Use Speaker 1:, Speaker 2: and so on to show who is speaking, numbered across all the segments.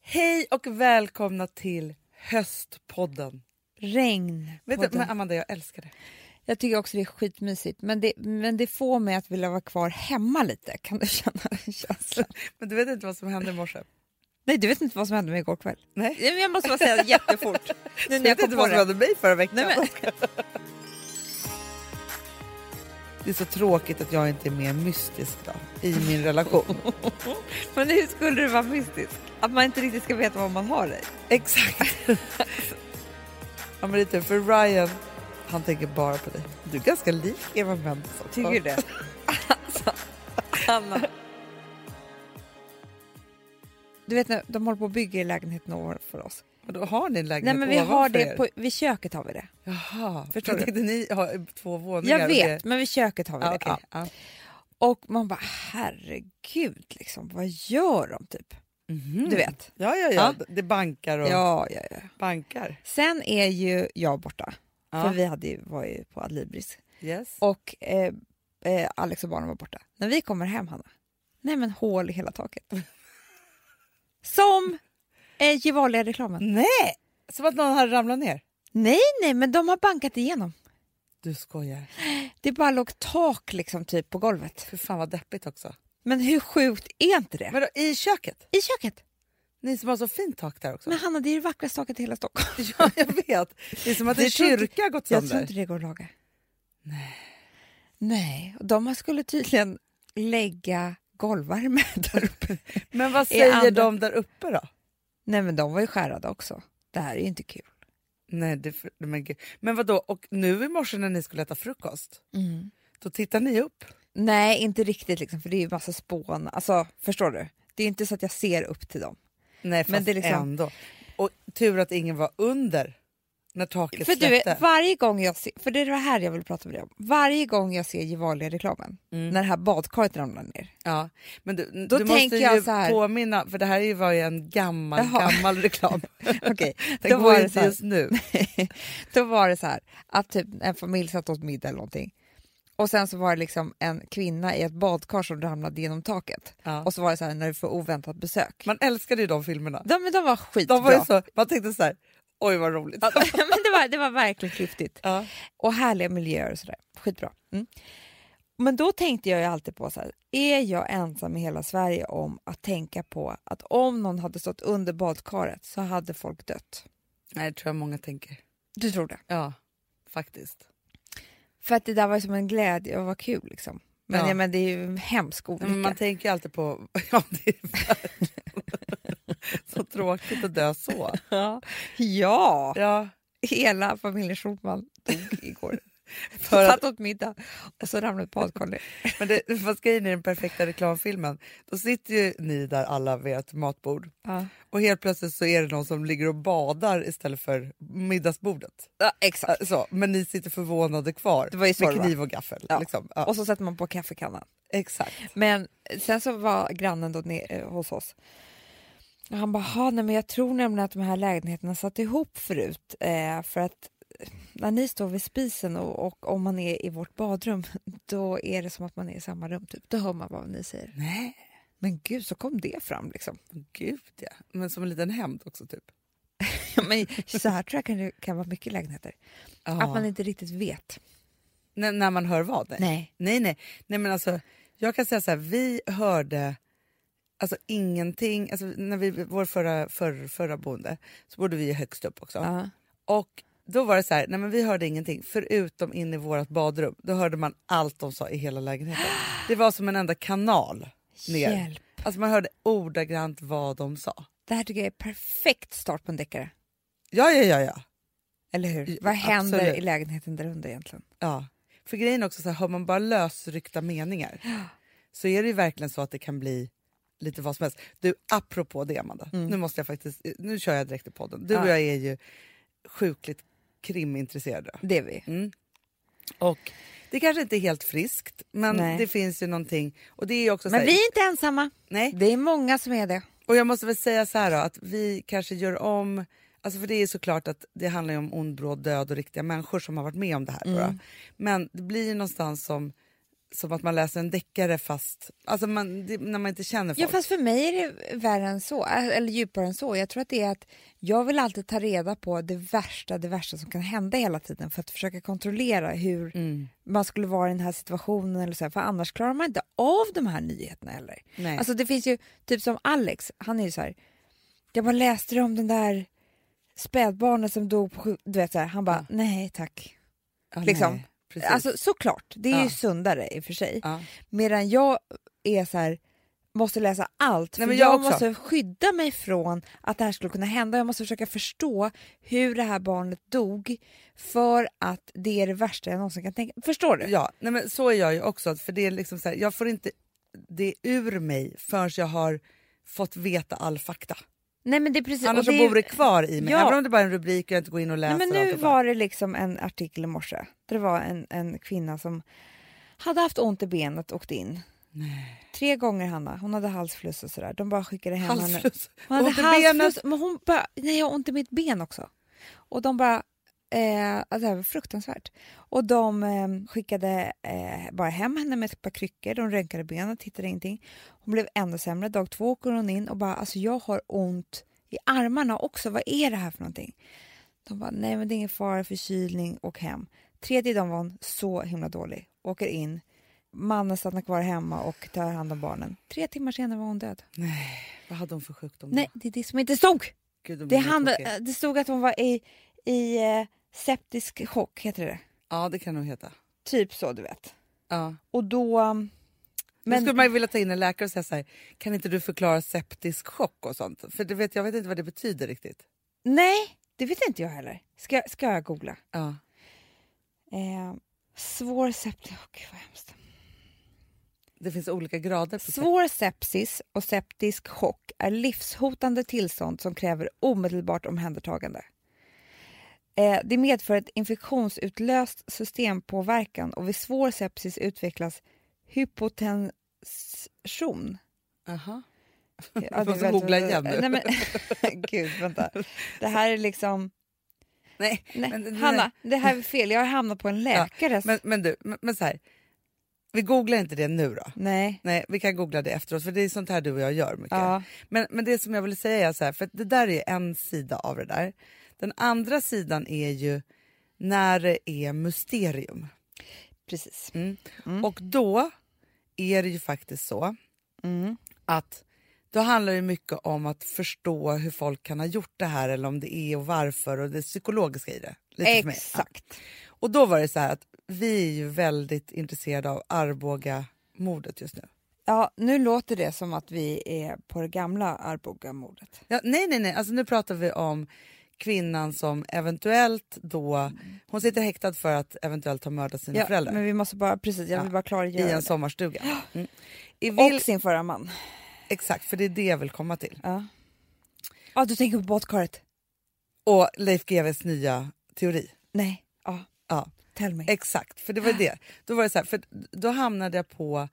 Speaker 1: Hej och välkomna till Höstpodden.
Speaker 2: Regn.
Speaker 1: Vet du, men Amanda, jag älskar det.
Speaker 2: Jag tycker också det är skitmysigt, men det, men det får mig att vilja vara kvar hemma lite. Kan du känna den känslan?
Speaker 1: Men du vet inte vad som hände i morse?
Speaker 2: Nej, du vet inte vad som hände mig igår kväll.
Speaker 1: Nej.
Speaker 2: Ja, men Jag måste bara säga jättefort. Nu
Speaker 1: Du
Speaker 2: när jag
Speaker 1: vet
Speaker 2: kom
Speaker 1: inte
Speaker 2: på
Speaker 1: vad som
Speaker 2: det.
Speaker 1: hände mig förra veckan?
Speaker 2: Nej, men,
Speaker 1: Det är så tråkigt att jag inte är mer mystisk idag i min relation.
Speaker 2: men hur skulle det vara mystisk? Att man inte riktigt ska veta vad man har dig.
Speaker 1: Exakt. ja, men det är tur, för Ryan, han tänker bara på dig. Du är ganska lik Eva Mendes också.
Speaker 2: Tycker du det? Alltså, Anna. Du vet när de håller på att bygga i lägenheten ovanför oss.
Speaker 1: Men då har ni en
Speaker 2: Nej
Speaker 1: lägenhet
Speaker 2: men vi har
Speaker 1: ovanför
Speaker 2: det
Speaker 1: er.
Speaker 2: på, vid köket har vi det.
Speaker 1: Jaha,
Speaker 2: Förstår
Speaker 1: jag
Speaker 2: du?
Speaker 1: tänkte ni har två våningar.
Speaker 2: Jag
Speaker 1: och
Speaker 2: vet,
Speaker 1: det-
Speaker 2: men vid köket har vi
Speaker 1: Ja,
Speaker 2: det.
Speaker 1: okej.
Speaker 2: Ja.
Speaker 1: ja.
Speaker 2: Och man bara herregud, liksom, vad gör de typ?
Speaker 1: Mhm.
Speaker 2: Du vet.
Speaker 1: Ja, ja, ja. Det bankar och
Speaker 2: Ja, ja, ja.
Speaker 1: bankar.
Speaker 2: Sen är ju jag borta,
Speaker 1: Ja.
Speaker 2: för vi hade ju, var ju på Adlibris.
Speaker 1: Yes.
Speaker 2: Och eh, eh, Alex och barnen var borta. När vi kommer hem, Hanna, nej men hål i hela taket. Som eh, Gevalia-reklamen.
Speaker 1: Nej! Som att någon hade ramlat ner.
Speaker 2: Nej, nej, men de har bankat igenom.
Speaker 1: Du skojar.
Speaker 2: Det bara låg tak liksom typ på golvet.
Speaker 1: För fan vad deppigt också.
Speaker 2: Men hur sjukt är inte det?
Speaker 1: Men då, i köket?
Speaker 2: I köket.
Speaker 1: Ni som har så fint tak där också.
Speaker 2: Men Hanna, det är det vackraste taket i hela Stockholm.
Speaker 1: ja, jag vet. Det är som att en
Speaker 2: Jag tror inte-
Speaker 1: kyrka har gått
Speaker 2: Jag tror
Speaker 1: sönder.
Speaker 2: inte det går att laga. Nej. Nej, och de skulle tydligen lägga golvvärme där uppe.
Speaker 1: Men vad säger
Speaker 2: andra-
Speaker 1: de där uppe då?
Speaker 2: Nej men de var ju skärrade också. Det här är ju inte kul.
Speaker 1: Nej, det, för- men, gud. men vadå, och nu i morse när ni skulle äta frukost,
Speaker 2: Mm.
Speaker 1: då tittar ni upp.
Speaker 2: Nej, inte riktigt liksom, för det är ju massa spån. Alltså, förstår du? Det är inte så att jag ser upp till dem.
Speaker 1: Nej, fast
Speaker 2: Men det är liksom-
Speaker 1: ändå. Och tur att ingen var under när taket
Speaker 2: För du
Speaker 1: släppte.
Speaker 2: vet, varje gång jag ser, för det är det här jag vill prata med dig om. Varje gång jag ser Gevalia-reklamen, när det här badkaret ramlar ner.
Speaker 1: Ja, men du,
Speaker 2: Då
Speaker 1: du måste
Speaker 2: tänker jag
Speaker 1: ju
Speaker 2: så här-
Speaker 1: påminna, för det här är ju- var ju en gammal,
Speaker 2: Jaha.
Speaker 1: gammal reklam.
Speaker 2: Okej,
Speaker 1: Den
Speaker 2: då
Speaker 1: går
Speaker 2: var
Speaker 1: ju
Speaker 2: det så
Speaker 1: inte
Speaker 2: här.
Speaker 1: just nu.
Speaker 2: då var det så här att typ en familj satt åt middag eller någonting. Och sen så var det liksom en kvinna i ett badkar som ramlade genom taket.
Speaker 1: Ja.
Speaker 2: Och så var det så här när du får oväntat besök.
Speaker 1: Man älskade ju de filmerna.
Speaker 2: De, men de var skitbra.
Speaker 1: De var ju så, man tänkte så här, oj vad roligt. Ja.
Speaker 2: men det, var, det var verkligen klyftigt.
Speaker 1: Ja.
Speaker 2: Och härliga miljöer och sådär. Skitbra. Mm. Men då tänkte jag ju alltid på så här, är jag ensam i hela Sverige om att tänka på att om någon hade stått under badkaret så hade folk dött?
Speaker 1: Nej, det tror jag många tänker.
Speaker 2: Du tror det?
Speaker 1: Ja, faktiskt.
Speaker 2: För att det där var ju som en glädje och var kul liksom. Men,
Speaker 1: Ja.
Speaker 2: ja. men det är ju en hemsk olycka.
Speaker 1: Men man tänker ju alltid på, ja det är verkligen- så tråkigt att dö så.
Speaker 2: Ja. ja,
Speaker 1: Ja,
Speaker 2: hela familjen Schulman dog igår.
Speaker 1: För att-
Speaker 2: Satt åt middag och så ramlade ett badkar ner.
Speaker 1: men det, fast grejen i den perfekta reklamfilmen, då sitter ju ni där alla vid ett matbord
Speaker 2: Ja.
Speaker 1: och helt plötsligt så är det någon som ligger och badar istället för middagsbordet.
Speaker 2: exakt.
Speaker 1: Äh, Så, men ni sitter förvånade kvar
Speaker 2: Det var ju så
Speaker 1: med
Speaker 2: det var.
Speaker 1: kniv och gaffel.
Speaker 2: Ja.
Speaker 1: Liksom. Ja,
Speaker 2: Och så sätter man på kaffekannan.
Speaker 1: exakt.
Speaker 2: Men sen så var grannen då ne- eh, hos oss. Och han bara, "Ha, nej men jag tror nämligen att de här lägenheterna satt ihop förut. Eh, för att när ni står vid spisen och, och om man är i vårt badrum, då är det som att man är i samma rum. Typ. Då hör man vad ni säger.
Speaker 1: Nej,
Speaker 2: Men gud, så kom det fram liksom.
Speaker 1: gud ja. Men som en liten hämnd också typ.
Speaker 2: Ja, men så här tror jag kan det kan vara mycket lägenheter.
Speaker 1: Ja.
Speaker 2: Att man inte riktigt vet.
Speaker 1: N- när man hör vad? Nej.
Speaker 2: Nej.
Speaker 1: nej, nej. Nej, men alltså, jag kan säga så här, vi hörde alltså ingenting. Alltså, när vi, vår förra, förra, förra boende så bodde vi ju högst upp också.
Speaker 2: Ja.
Speaker 1: Och då var det så här, nej men vi hörde ingenting förutom in i vårt badrum. Då hörde man allt de sa i hela lägenheten. Det var som en enda kanal ner.
Speaker 2: Hjälp.
Speaker 1: Alltså man hörde ordagrant vad de sa.
Speaker 2: Det här tycker jag är perfekt start på en deckare.
Speaker 1: Ja, ja, ja, ja.
Speaker 2: Eller hur?
Speaker 1: Ja,
Speaker 2: Vad händer
Speaker 1: absolut.
Speaker 2: i lägenheten där under egentligen?
Speaker 1: Ja. För grejen är också så här, har man bara lösryckta meningar så är det ju verkligen så att det kan bli lite vad som helst. Du, apropå det Amanda, nu måste jag faktiskt, nu kör jag direkt i podden. Du och
Speaker 2: Mm. Ja.
Speaker 1: jag är ju sjukligt krimintresserade.
Speaker 2: Det är vi.
Speaker 1: Mm. Och det kanske inte är helt friskt, men
Speaker 2: Nej.
Speaker 1: det finns ju någonting. Och det är ju också så
Speaker 2: Men
Speaker 1: här,
Speaker 2: vi är inte ensamma.
Speaker 1: nej.
Speaker 2: Det är många som är det.
Speaker 1: Och jag måste väl säga så här då, att vi kanske gör om, alltså för det är såklart att det handlar ju om
Speaker 2: Mm.
Speaker 1: ond, bråd, död och riktiga människor som har varit med om det här. Bara. Men det blir ju någonstans som som att man läser en deckare fast alltså man, det, när man inte känner folk.
Speaker 2: Ja, fast för mig är det värre än så, eller djupare än så. Jag tror att det är att jag vill alltid ta reda på det värsta, det värsta som kan hända hela tiden för att försöka kontrollera hur man skulle vara i den här situationen eller så här, för annars klarar man inte av de här nyheterna heller.
Speaker 1: Nej.
Speaker 2: Alltså det finns ju, typ som Alex, han är ju så här, jag bara läste om den där spädbarnet som dog på sjuk- du vet så här, han bara, nej tack.
Speaker 1: Ja,
Speaker 2: liksom.
Speaker 1: nej, precis.
Speaker 2: Alltså såklart, det är
Speaker 1: Ja.
Speaker 2: ju sundare i och för sig.
Speaker 1: ja.
Speaker 2: Medan jag är så här, måste läsa allt.
Speaker 1: Nej,
Speaker 2: för
Speaker 1: men
Speaker 2: jag
Speaker 1: jag också.
Speaker 2: måste skydda mig från att det här skulle kunna hända. Jag måste försöka förstå hur det här barnet dog för att det är det värsta jag någonsin kan tänka. Förstår du?
Speaker 1: Ja, nej men så är jag ju också. För det är liksom så här, jag får inte det ur mig förrän jag har fått veta all fakta.
Speaker 2: Nej men det är precis.
Speaker 1: Annars
Speaker 2: och
Speaker 1: så
Speaker 2: det är-
Speaker 1: bor det kvar i mig.
Speaker 2: Ja.
Speaker 1: Även om det bara är en rubrik och jag inte går in och
Speaker 2: Nej,
Speaker 1: läser.
Speaker 2: men
Speaker 1: allt
Speaker 2: nu
Speaker 1: och bara-
Speaker 2: var det liksom en artikel i morse där det var en, en kvinna som hade haft ont i benet och åkte in. Tre gånger Hanna, hon hade halsfluss och sådär. De bara skickade hem henne.
Speaker 1: Halsfluss.
Speaker 2: Hon hade
Speaker 1: Ont i
Speaker 2: halsfluss,
Speaker 1: benet.
Speaker 2: men hon bara, nej jag har ont i mitt ben också. Och de bara, eh, alltså det här var fruktansvärt. Och de eh, skickade eh, bara hem henne med ett par kryckor, de röntgade benet, hittade ingenting. Hon blev ännu sämre, dag två åker hon in och bara, alltså jag har ont i armarna också, vad är det här för någonting? De bara, nej men det är ingen fara, förkylning, åk hem. Tredje dagen var hon så himla dålig, åker in, mannen stannar kvar hemma och tar hand om barnen. Tre timmar senare var hon död.
Speaker 1: Vad hade hon för sjukdom? då?
Speaker 2: Nej, det är det som inte stod!
Speaker 1: Gud, då
Speaker 2: Det,
Speaker 1: blir jag
Speaker 2: hand,
Speaker 1: tråkig.
Speaker 2: det stod att hon var i, i eh, septisk chock, heter det
Speaker 1: Ja, det kan nog heta.
Speaker 2: Typ så, du vet.
Speaker 1: Ja.
Speaker 2: Och då...
Speaker 1: Men...
Speaker 2: Men,
Speaker 1: skulle man ju vilja ta in en läkare och säga så här, kan inte du förklara septisk chock och sånt? För det vet, jag vet inte vad det betyder riktigt.
Speaker 2: Nej, det vet inte jag heller. Ska, ska jag googla?
Speaker 1: Ja.
Speaker 2: Eh, svår septisk... Oh, gud, vad hemskt.
Speaker 1: Det finns olika grader. På septisk-
Speaker 2: Svår sepsis och septisk chock är livshotande tillstånd som kräver omedelbart omhändertagande. Eh, det medför ett infektionsutlöst systempåverkan och vid svår sepsis utvecklas hypotension.
Speaker 1: Aha.
Speaker 2: Ja, det är
Speaker 1: måste
Speaker 2: väldigt-
Speaker 1: googla igen nu.
Speaker 2: Nej, men, gud, vänta. Det här är liksom...
Speaker 1: Nej,
Speaker 2: Nej,
Speaker 1: Men-
Speaker 2: Hanna, det här är fel. Jag har hamnat på en läkare.
Speaker 1: men, men du, men, men så här. Vi googlar inte det nu då.
Speaker 2: Nej.
Speaker 1: Nej, vi kan googla det efteråt för det är sånt här du och jag gör mycket.
Speaker 2: Ja.
Speaker 1: Men, men det som jag ville säga är så här, för att det där är en sida av det där. Den andra sidan är ju när det är mysterium.
Speaker 2: Precis.
Speaker 1: Mm. Och då är det ju faktiskt så
Speaker 2: Mm.
Speaker 1: att då handlar det mycket om att förstå hur folk kan ha gjort det här eller om det är och varför och det psykologiska i det. Lite för mig.
Speaker 2: Exakt.
Speaker 1: Ja. Och då var det så här att vi är ju väldigt intresserade av Arboga-mordet just nu.
Speaker 2: Ja, nu låter det som att vi är på det gamla Arboga-mordet.
Speaker 1: Ja, nej, nej, nej. Alltså, nu pratar vi om kvinnan som eventuellt då... Hon sitter häktad för att eventuellt ha mördat sina
Speaker 2: Ja,
Speaker 1: föräldrar
Speaker 2: men vi måste bara, precis, jag vill bara
Speaker 1: i
Speaker 2: klargöra
Speaker 1: en
Speaker 2: det.
Speaker 1: sommarstuga. Mm. I vil-
Speaker 2: Och sin förra man.
Speaker 1: Exakt, för det är det jag vill komma till.
Speaker 2: Ja. Ja, du tänker på badkaret?
Speaker 1: Och Leif GWs nya teori.
Speaker 2: Nej. Ja,
Speaker 1: Ja,
Speaker 2: tell me.
Speaker 1: exakt. För det var det. Då var det så här, för då hamnade jag på...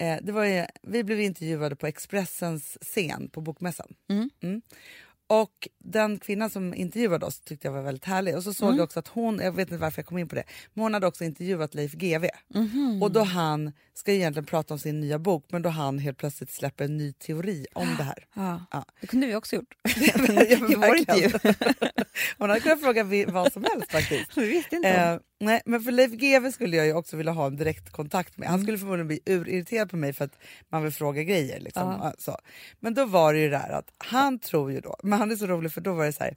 Speaker 1: Eh, det var ju, vi blev intervjuade på Expressens scen på Bokmässan. Mm. Och den kvinnan som intervjuade oss tyckte jag var väldigt härlig. Och så såg jag också att hon, jag vet inte varför jag kom in på det, men hon hade också intervjuat Leif GW. Och då han ska ju egentligen prata om sin nya bok, men då han helt plötsligt släpper en ny teori om det här.
Speaker 2: Ja.
Speaker 1: Ja.
Speaker 2: Det kunde vi också gjort.
Speaker 1: Ja, men
Speaker 2: I vår
Speaker 1: verkligen.
Speaker 2: intervju.
Speaker 1: Hon hade kunnat fråga vi- vad som helst faktiskt.
Speaker 2: Vi visste inte om.
Speaker 1: Eh, nej, men för Leif GW skulle jag ju också vilja ha en direkt kontakt med. Han
Speaker 2: Mm.
Speaker 1: skulle förmodligen bli urirriterad på mig för att man vill fråga grejer. Liksom. Ja, Så. Men då var det ju det här att han tror ju då, men han är så rolig för då var det så här,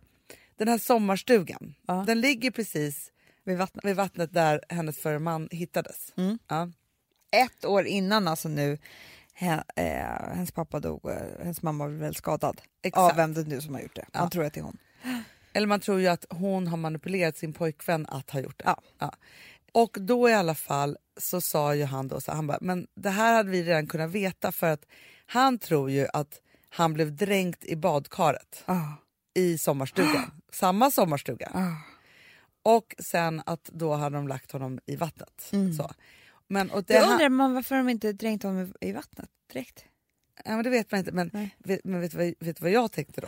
Speaker 1: den här sommarstugan, den ligger precis
Speaker 2: Vid vattnet. Mm.
Speaker 1: vid vattnet där hennes förre man hittades. Ja.
Speaker 2: ett år innan alltså nu he, eh, hennes pappa dog och hennes mamma blev väl skadad.
Speaker 1: Exakt.
Speaker 2: Av vem det nu som har gjort det. Man tror att det är hon.
Speaker 1: Eller man tror ju att hon har manipulerat sin pojkvän att ha gjort det.
Speaker 2: Ja.
Speaker 1: Och då i alla fall så sa ju han då så här, han bara, men det här hade vi redan kunnat veta för att han tror ju att han blev dränkt i badkaret
Speaker 2: Ah.
Speaker 1: i sommarstugan, samma sommarstuga. Och sen att då hade de lagt honom i vattnet. Så. Men, och det,
Speaker 2: Jag
Speaker 1: han-
Speaker 2: Mm. undrar man varför de inte dränkt honom i, i vattnet direkt.
Speaker 1: Ja, men det vet man inte. Men,
Speaker 2: Nej.
Speaker 1: vet, men vet, du vad, vet du vad jag tänkte då?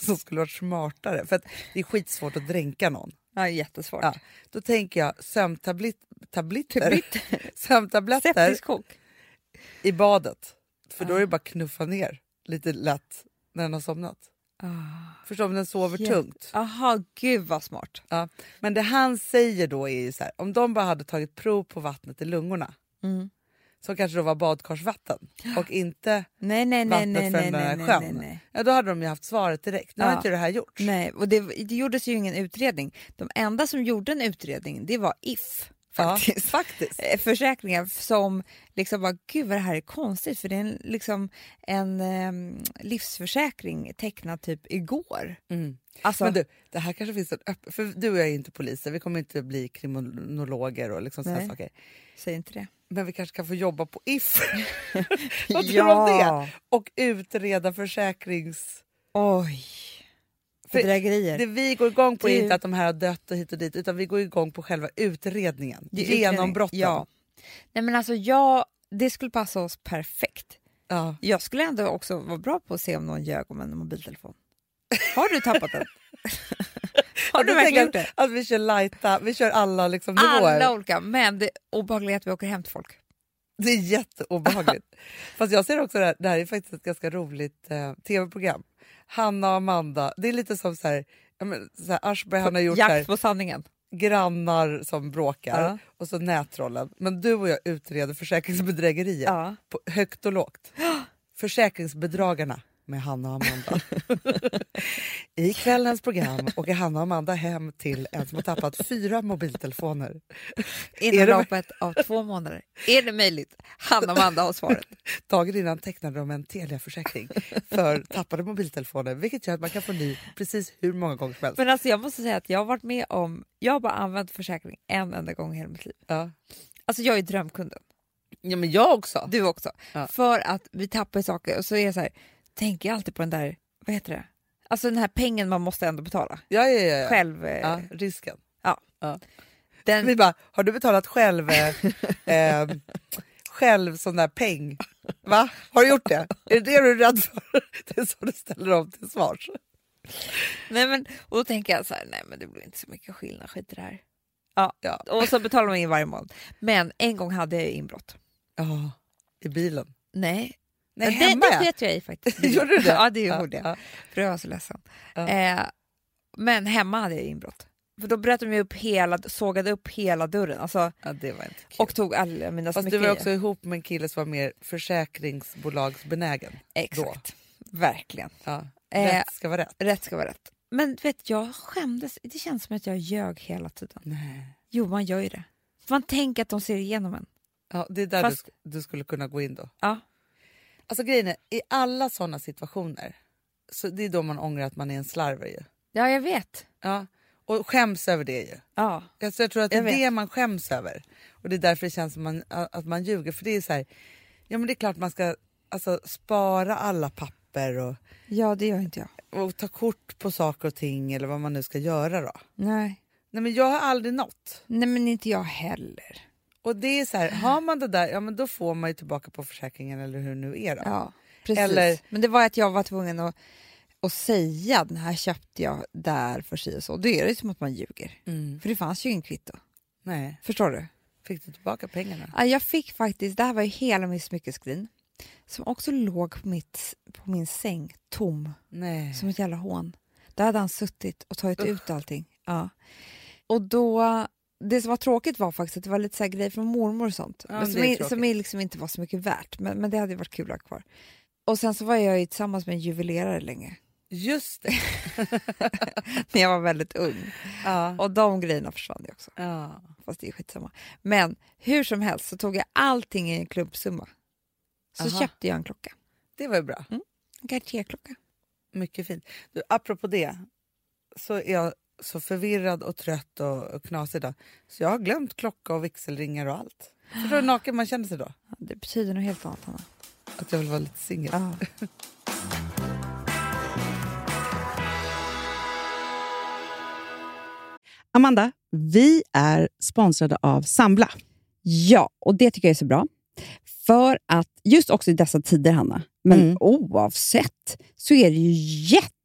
Speaker 1: Som skulle varit smartare. För att det är skitsvårt att dränka någon.
Speaker 2: Ja, jättesvårt.
Speaker 1: Ja. Då tänker jag sömntabletter
Speaker 2: Tabletter.
Speaker 1: sömntabletter
Speaker 2: Septisk chock.
Speaker 1: i badet. För då är
Speaker 2: Ah.
Speaker 1: det bara att knuffa ner lite lätt när den har somnat.
Speaker 2: Ah.
Speaker 1: Förstår om den sover
Speaker 2: Jätte-
Speaker 1: tungt.
Speaker 2: Aha, gud vad smart.
Speaker 1: Ja. Men det han säger då är ju så här, om de bara hade tagit prov på vattnet i lungorna
Speaker 2: Mm.
Speaker 1: som kanske då var badkarsvatten och inte,
Speaker 2: Nej, nej, nej,
Speaker 1: Vattnet
Speaker 2: nej,
Speaker 1: från
Speaker 2: nej,
Speaker 1: den här
Speaker 2: nej, nej,
Speaker 1: sjön.
Speaker 2: nej, nej.
Speaker 1: ja då hade de ju haft svaret direkt. Nu har
Speaker 2: Ja.
Speaker 1: inte det här gjorts.
Speaker 2: Nej, och det, det gjordes ju ingen utredning. De enda som gjorde en utredning, det var If. Faktiskt.
Speaker 1: Ja, faktiskt.
Speaker 2: Eh, Försäkringar som liksom bara, gud vad det här är konstigt för det är en, liksom en ehm, livsförsäkring tecknad typ igår.
Speaker 1: Mm.
Speaker 2: Alltså,
Speaker 1: Men du, det här kanske finns en öppen... För du och jag är inte poliser, vi kommer inte bli kriminologer och liksom såna
Speaker 2: Nej.
Speaker 1: saker.
Speaker 2: säg inte det.
Speaker 1: Men vi kanske kan få jobba på If. Vad tror du om det? Och utreda försäkrings...
Speaker 2: Oj.
Speaker 1: För
Speaker 2: Bedrägerier.
Speaker 1: Det vi går igång på är
Speaker 2: Du-
Speaker 1: inte att de här har dött och hit och dit utan vi går igång på själva utredningen.
Speaker 2: Det är utredning.
Speaker 1: Genombrotten.
Speaker 2: Ja. Nej men alltså jag, det skulle passa oss perfekt.
Speaker 1: Ja.
Speaker 2: Jag skulle ändå också vara bra på att se om någon ljög om en mobiltelefon. Har du tappat den? Har du
Speaker 1: Jag
Speaker 2: verkligen
Speaker 1: tänker
Speaker 2: gjort det?
Speaker 1: Att vi kör lighta, vi kör alla liksom nivåer.
Speaker 2: Alla olika, men det obehagliga är att vi åker hem till folk.
Speaker 1: Det är jätteobehagligt. Fast jag ser också det här, det här är faktiskt ett ganska roligt eh, tv-program. Hanna och Amanda, det är lite som så här, ja, men, så här Aschberg han har gjort så här,
Speaker 2: Jakt på sanningen.
Speaker 1: grannar som bråkar
Speaker 2: Ja.
Speaker 1: och så nätrollen. Men du och jag utreder försäkringsbedrägerier
Speaker 2: Ja.
Speaker 1: på högt och lågt. Försäkringsbedragarna med Hanna och Amanda. I kvällens program åker Hanna och Amanda hem till en som har tappat fyra mobiltelefoner.
Speaker 2: Inom
Speaker 1: Är det-
Speaker 2: loppet av två månader. Är det möjligt? Hanna och Amanda har svaret.
Speaker 1: Dagen innan tecknade de en Telia-försäkring för tappade mobiltelefoner vilket gör att man kan få ny precis hur många gånger som helst.
Speaker 2: Men alltså jag måste säga att jag har varit med om, jag har bara använt försäkring en enda gång i hela mitt liv.
Speaker 1: Ja.
Speaker 2: Alltså jag är drömkunden.
Speaker 1: ja, men jag också.
Speaker 2: Du också.
Speaker 1: Ja.
Speaker 2: För att vi tappar saker och så är jag så här, tänker jag alltid på den där, vad heter det? Alltså den här pengen man måste ändå betala
Speaker 1: Ja, ja, ja, ja.
Speaker 2: själv. eh,
Speaker 1: ja risken. Vi
Speaker 2: Den,
Speaker 1: bara, har du betalat själv, eh, eh, själv sån där peng? Va? Har du gjort det? Är det det du är rädd för? Det är så du ställer dem till svars.
Speaker 2: nej men, och då tänker jag så här, nej men det blir inte så mycket skillnad, skit i det här. Ja.
Speaker 1: Ja.
Speaker 2: Och så betalar man in varje månad. Men en gång hade jag ju inbrott.
Speaker 1: Ja, i bilen.
Speaker 2: Nej,
Speaker 1: Nej,
Speaker 2: det,
Speaker 1: hemma
Speaker 2: det
Speaker 1: ja.
Speaker 2: sket jag i faktiskt.
Speaker 1: Gjorde du det?
Speaker 2: Ja, det gjorde jag.
Speaker 1: Ja,
Speaker 2: För jag var så ledsen.
Speaker 1: Ja.
Speaker 2: Eh, men hemma hade jag inbrott. För då bröt de ju upp hela, sågade upp hela dörren alltså,
Speaker 1: ja, det var inte kul.
Speaker 2: och tog alla mina
Speaker 1: Fast du
Speaker 2: smycken
Speaker 1: var
Speaker 2: i.
Speaker 1: också ihop med en kille som var mer försäkringsbolagsbenägen.
Speaker 2: Exakt, verkligen.
Speaker 1: Ja.
Speaker 2: Eh,
Speaker 1: Rätt ska vara rätt.
Speaker 2: Rätt ska vara rätt. Men du vet, jag skämdes. Det känns som att jag ljög hela tiden.
Speaker 1: Nej.
Speaker 2: Jo, man gör ju det. Man tänker att de ser igenom en.
Speaker 1: Ja, det är där
Speaker 2: Fast-
Speaker 1: du, sk- du skulle kunna gå in då.
Speaker 2: Ja.
Speaker 1: Alltså grejen är, i alla sådana situationer, så det är då man ångrar att man är en slarver ju.
Speaker 2: Ja, jag vet.
Speaker 1: Ja. Och skäms över det ju.
Speaker 2: Ja.
Speaker 1: Alltså jag tror att det
Speaker 2: Jag
Speaker 1: är
Speaker 2: vet.
Speaker 1: det man skäms över. Och det är därför det känns som man, att man ljuger. För det är så här, ja men det är klart man ska alltså, spara alla papper och,
Speaker 2: ja, det gör inte jag.
Speaker 1: och ta kort på saker och ting eller vad man nu ska göra då.
Speaker 2: Nej.
Speaker 1: Nej men jag har aldrig nått.
Speaker 2: Nej, men inte jag heller.
Speaker 1: Och det är så här, har man det där, ja men då får man ju tillbaka på försäkringen eller hur det nu är då.
Speaker 2: Ja, precis.
Speaker 1: Eller-
Speaker 2: Men det var att jag var tvungen att, att säga den här köpte jag där för sig och så. Då är det ju som att man ljuger.
Speaker 1: Mm.
Speaker 2: För det fanns ju ingen kvitto.
Speaker 1: Nej,
Speaker 2: Förstår du?
Speaker 1: fick du tillbaka pengarna?
Speaker 2: Ja, jag fick faktiskt, det här var ju hela min smyckeskrin som också låg på, mitt, på min säng tom.
Speaker 1: Nej.
Speaker 2: Som ett jävla hån. Där hade han suttit och tagit ut allting. Ja. Och då, det som var tråkigt var faktiskt att det var lite så här grejer från mormor och sånt.
Speaker 1: Ja, men
Speaker 2: som
Speaker 1: det är
Speaker 2: är
Speaker 1: tråkigt.
Speaker 2: som är liksom inte var så mycket värt, men, men det hade ju varit kul att ha kvar. Och sen så var jag ju tillsammans med en juvelerare länge,
Speaker 1: Just det.
Speaker 2: när jag var väldigt ung.
Speaker 1: Ja.
Speaker 2: Och de grejerna försvann ju också,
Speaker 1: ja.
Speaker 2: fast det är skitsamma. Men hur som helst så tog jag allting i en klumpsumma. Så
Speaker 1: Aha.
Speaker 2: köpte jag en klocka,
Speaker 1: Det var ju bra.
Speaker 2: en Cartier-klocka.
Speaker 1: Mycket fint. Du, apropå det, så är jag så förvirrad och trött och, och knasig idag. Så jag har glömt klocka och vigselringar och allt. Förstår du hur naken man känner sig då?
Speaker 2: Ja, Det betyder nog helt annat, Hanna.
Speaker 1: Att jag vill vara lite singel.
Speaker 2: Ja.
Speaker 3: Amanda, vi är sponsrade av Sambla.
Speaker 4: Ja, och det tycker jag är så bra. För att just också i dessa tider, Hanna, men
Speaker 3: Mm.
Speaker 4: oavsett så är det ju
Speaker 2: jätte,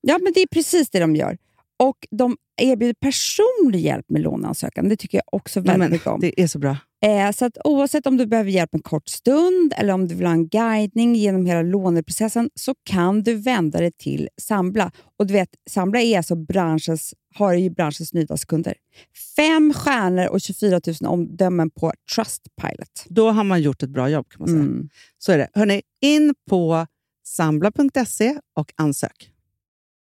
Speaker 2: Ja, men det är precis det de gör. Och de erbjuder personlig hjälp med låneansökan. Det tycker jag också väldigt
Speaker 3: Men,
Speaker 2: mycket om.
Speaker 3: det är så bra.
Speaker 2: Eh, så att oavsett om du behöver hjälp en kort stund eller om du vill ha en guidning genom hela låneprocessen så kan du vända dig till Sambla. Och du vet, Sambla är alltså branschens, har ju branschens nyaste kunder. Fem stjärnor och 24 000 omdömen på Trustpilot.
Speaker 3: Då har man gjort ett bra jobb. kan man säga.
Speaker 2: Mm.
Speaker 3: Så är det. Hörrni, in på sambla.se och ansök.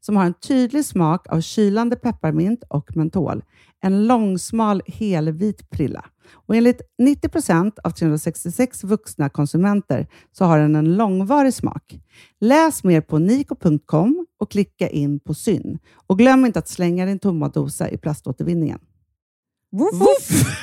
Speaker 3: som har en tydlig smak av kylande pepparmint och mentol. En långsmal helvit prilla. Och enligt 90 av 366 vuxna konsumenter så har den en långvarig smak. Läs mer på niko.com och klicka in på Syn. Och glöm inte att slänga din tomma dosa i plaståtervinningen.
Speaker 2: Woof,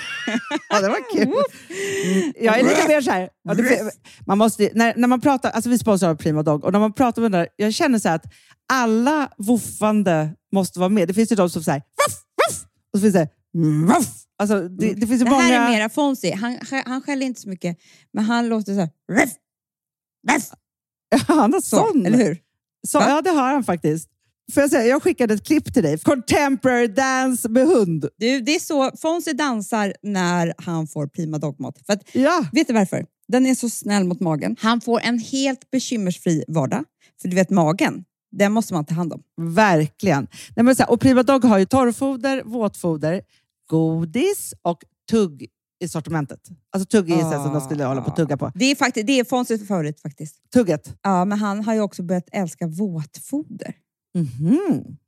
Speaker 3: Ja, det var kul. Mm, Jag är lite mer så här. ja, det- Man måste, när, när man pratar, alltså vi sponsrar av Prima Dog och när man pratar med den där, jag känner så här att alla woffande måste vara med. Det finns ju de som säger voff, voff, och så finns det voff. Alltså, det, det finns ju många...
Speaker 2: mera Fonzie. Han, han skäller inte så mycket, men han låter så här... Ruff, ruff,
Speaker 3: Han har sån.
Speaker 2: hur?
Speaker 3: Så,
Speaker 2: Va?
Speaker 3: ja, det har han faktiskt. Får jag, säga, jag skickade ett klipp till dig. Contemporary dance med hund.
Speaker 2: Du, det är så Fonzie dansar när han får prima dogmat. För att
Speaker 3: Ja,
Speaker 2: Vet du varför? Den är så snäll mot magen. Han får en helt bekymmersfri vardag. För du vet, magen, den måste man ta hand om.
Speaker 3: verkligen. Nej, men så här, och Prima Dog har ju torrfoder, våtfoder, godis och tugg i sortimentet. Alltså tugg
Speaker 2: Ah.
Speaker 3: är ju så här som de skulle hålla på att tugga på.
Speaker 2: Det är, fakti- det är Fonzies favorit faktiskt.
Speaker 3: Tugget.
Speaker 2: Ja, men han har ju också börjat älska våtfoder.
Speaker 3: Mhm.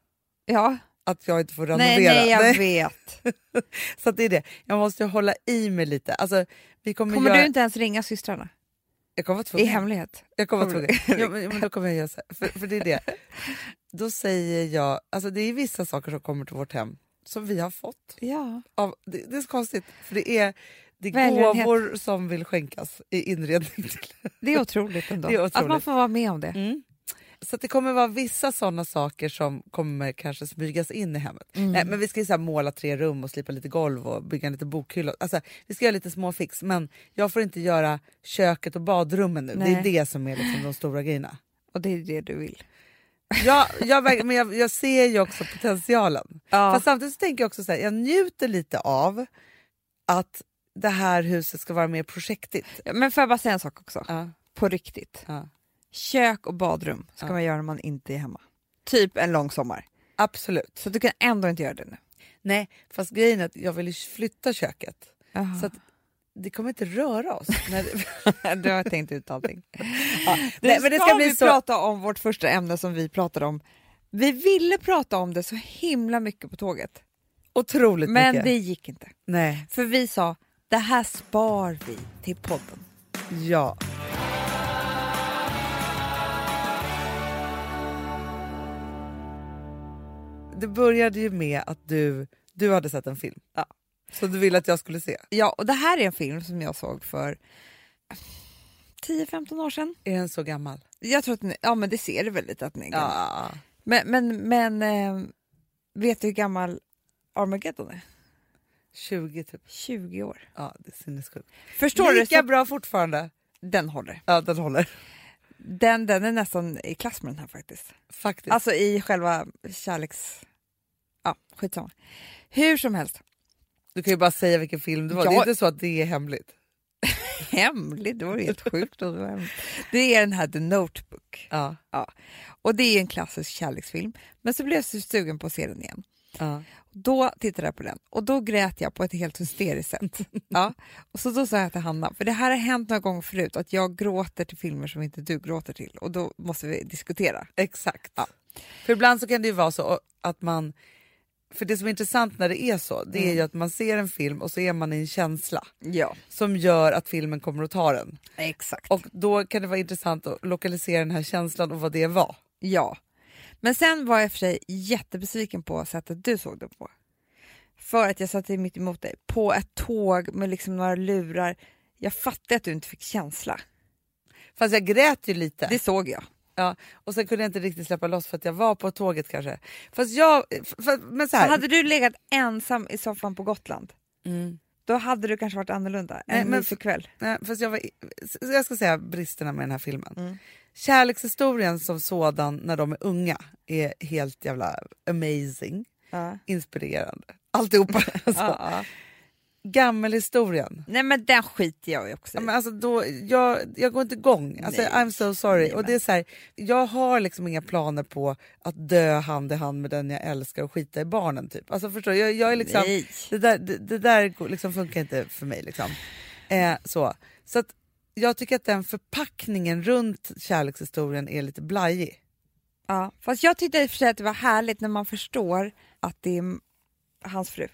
Speaker 2: Ja,
Speaker 1: Att jag inte får renovera.
Speaker 2: nej, nej, jag
Speaker 1: Nej.
Speaker 2: vet.
Speaker 1: Så att det är det. Jag måste ju hålla i mig lite. Alltså, vi kommer
Speaker 2: Kommer
Speaker 1: göra...
Speaker 2: du inte ens ringa systrarna?
Speaker 1: Jag kommer vara
Speaker 2: I
Speaker 1: tvungen.
Speaker 2: hemlighet?
Speaker 1: Jag kommer vara
Speaker 2: kommer
Speaker 1: tvungen. Ja, men, men då kommer jag göra så här. För, för det är det. Då säger jag... Alltså det är vissa saker som kommer till vårt hem som vi har fått.
Speaker 2: Ja.
Speaker 1: Av, det, det är så konstigt, för det är, det är
Speaker 2: Välgörenhet.
Speaker 1: gåvor som vill skänkas i inredning. till-
Speaker 2: Det är otroligt ändå.
Speaker 1: Det är
Speaker 2: Att man
Speaker 1: otroligt.
Speaker 2: får vara med om det.
Speaker 1: Mm. Så att det kommer vara vissa sådana saker som kommer kanske smygas in i hemmet.
Speaker 2: Mm.
Speaker 1: Nej, men Vi ska ju så här måla tre rum och slipa lite golv och bygga en liten bokhylla. Alltså, vi ska göra lite små fix men jag får inte göra köket och badrummen nu. Det
Speaker 2: Nej.
Speaker 1: är det som är liksom de stora grejerna.
Speaker 2: Och det är det du vill.
Speaker 1: Jag, jag, verkar- men jag, jag ser ju också potentialen.
Speaker 2: Ja.
Speaker 1: Fast samtidigt så tänker jag också så här, jag njuter lite av att det här huset ska vara mer projektigt.
Speaker 2: Ja, Men får jag bara säga en sak också?
Speaker 1: Ja.
Speaker 2: På riktigt.
Speaker 1: Ja.
Speaker 2: Kök och badrum ska
Speaker 1: Ja.
Speaker 2: man göra när man inte är hemma. Typ en lång sommar.
Speaker 1: Absolut.
Speaker 2: Så du kan ändå inte göra det nu.
Speaker 1: Nej, fast grejen är att jag vill ju flytta köket. Så att det kommer inte röra oss. När det,
Speaker 2: du har tänkt ut allting. Nu
Speaker 1: nej, men det ska bli
Speaker 2: vi
Speaker 1: så...
Speaker 2: prata om vårt första ämne som vi pratade om. Vi ville prata om det så himla mycket på tåget,
Speaker 1: Otroligt
Speaker 2: men
Speaker 1: mycket.
Speaker 2: det gick inte.
Speaker 1: Nej,
Speaker 2: För vi sa, det här spar vi till podden.
Speaker 1: ja. Det började ju med att du, du hade sett en film.
Speaker 2: Ja.
Speaker 1: Som du ville att jag skulle se.
Speaker 2: Ja, och det här är en film som jag såg för 10-15 år sedan.
Speaker 1: Är den så gammal?
Speaker 2: Jag tror att ni, ja men det ser du väl lite att ni är gamla.
Speaker 1: Ja.
Speaker 2: Men, men, men eh, vet du hur gammal Armageddon är?
Speaker 1: 20 typ.
Speaker 2: 20 år.
Speaker 1: Ja, det är sinnessjukt.
Speaker 2: Förstår du?
Speaker 1: Lika
Speaker 2: Så,
Speaker 1: bra fortfarande.
Speaker 2: den håller.
Speaker 1: Ja, den håller.
Speaker 2: Den, den är nästan i klass med den här faktiskt.
Speaker 1: Faktiskt.
Speaker 2: Alltså i själva kärleks... Ja, skitsamma. Hur som helst,
Speaker 1: du kan ju bara säga vilken film det var. Det är
Speaker 2: Jag-
Speaker 1: inte så att det är hemligt.
Speaker 2: hemligt, det var ju helt sjukt. om det var hemligt. Det är den här The Notebook.
Speaker 1: Ja.
Speaker 2: Och det är ju en klassisk kärleksfilm. Men så blev jag så sugen på att se den igen.
Speaker 1: ja.
Speaker 2: Då tittade jag på den och då grät jag på ett helt hysteriskt sätt. Ja. Och så då sa jag till Hanna, för det här har hänt några gånger förut, att jag gråter till filmer som inte du gråter till och då måste vi diskutera.
Speaker 1: Exakt. För ibland så kan det ju vara så att man... För det som är intressant när det är så, det
Speaker 2: Mm.
Speaker 1: är ju att man ser en film och så är man i en känsla
Speaker 2: Ja,
Speaker 1: som gör att filmen kommer att ta den.
Speaker 2: exakt.
Speaker 1: Och då kan det vara intressant att lokalisera den här känslan och vad det var.
Speaker 2: Ja. Men sen var jag i och för sig jättebesviken på sättet du såg det på. För att jag satt i mitt emot dig på ett tåg med liksom några lurar. Jag fattade att du inte fick känsla.
Speaker 1: Fast jag grät ju lite.
Speaker 2: Det såg jag.
Speaker 1: Ja. Och sen kunde jag inte riktigt släppa loss för att jag var på tåget kanske. Fast jag... f- f- men så här.
Speaker 2: Hade du legat ensam i soffan på Gotland,
Speaker 1: Mm.
Speaker 2: då hade du kanske varit annorlunda.
Speaker 1: Nej,
Speaker 2: En
Speaker 1: men-
Speaker 2: mysig kväll.
Speaker 1: Nej, Fast jag, var, i- så jag ska säga bristerna med den här filmen.
Speaker 2: Mm.
Speaker 1: Kärlekshistorien som sådan när de är unga är helt jävla amazing.
Speaker 2: Ja.
Speaker 1: inspirerande. Alltihopa. Alltså.
Speaker 2: Ja, ja.
Speaker 1: Gammelhistorien.
Speaker 2: Nej men den skiter jag i också
Speaker 1: Ja,
Speaker 2: i.
Speaker 1: men alltså då, jag, jag går inte igång. Alltså,
Speaker 2: Nej.
Speaker 1: I'm so sorry.
Speaker 2: Nej,
Speaker 1: och det
Speaker 2: men-
Speaker 1: är så här, jag har liksom inga planer på att dö hand i hand med den jag älskar och skita i barnen. Typ. Alltså, förstår du? Jag, jag är liksom,
Speaker 2: Nej.
Speaker 1: det där, det, det där går- liksom funkar inte för mig. Liksom. Eh, så så att jag tycker att den förpackningen runt kärlekshistorien är lite blajig.
Speaker 2: Ja. Fast jag tyckte i och för sig att det var härligt när man förstår att det är m- hans fru.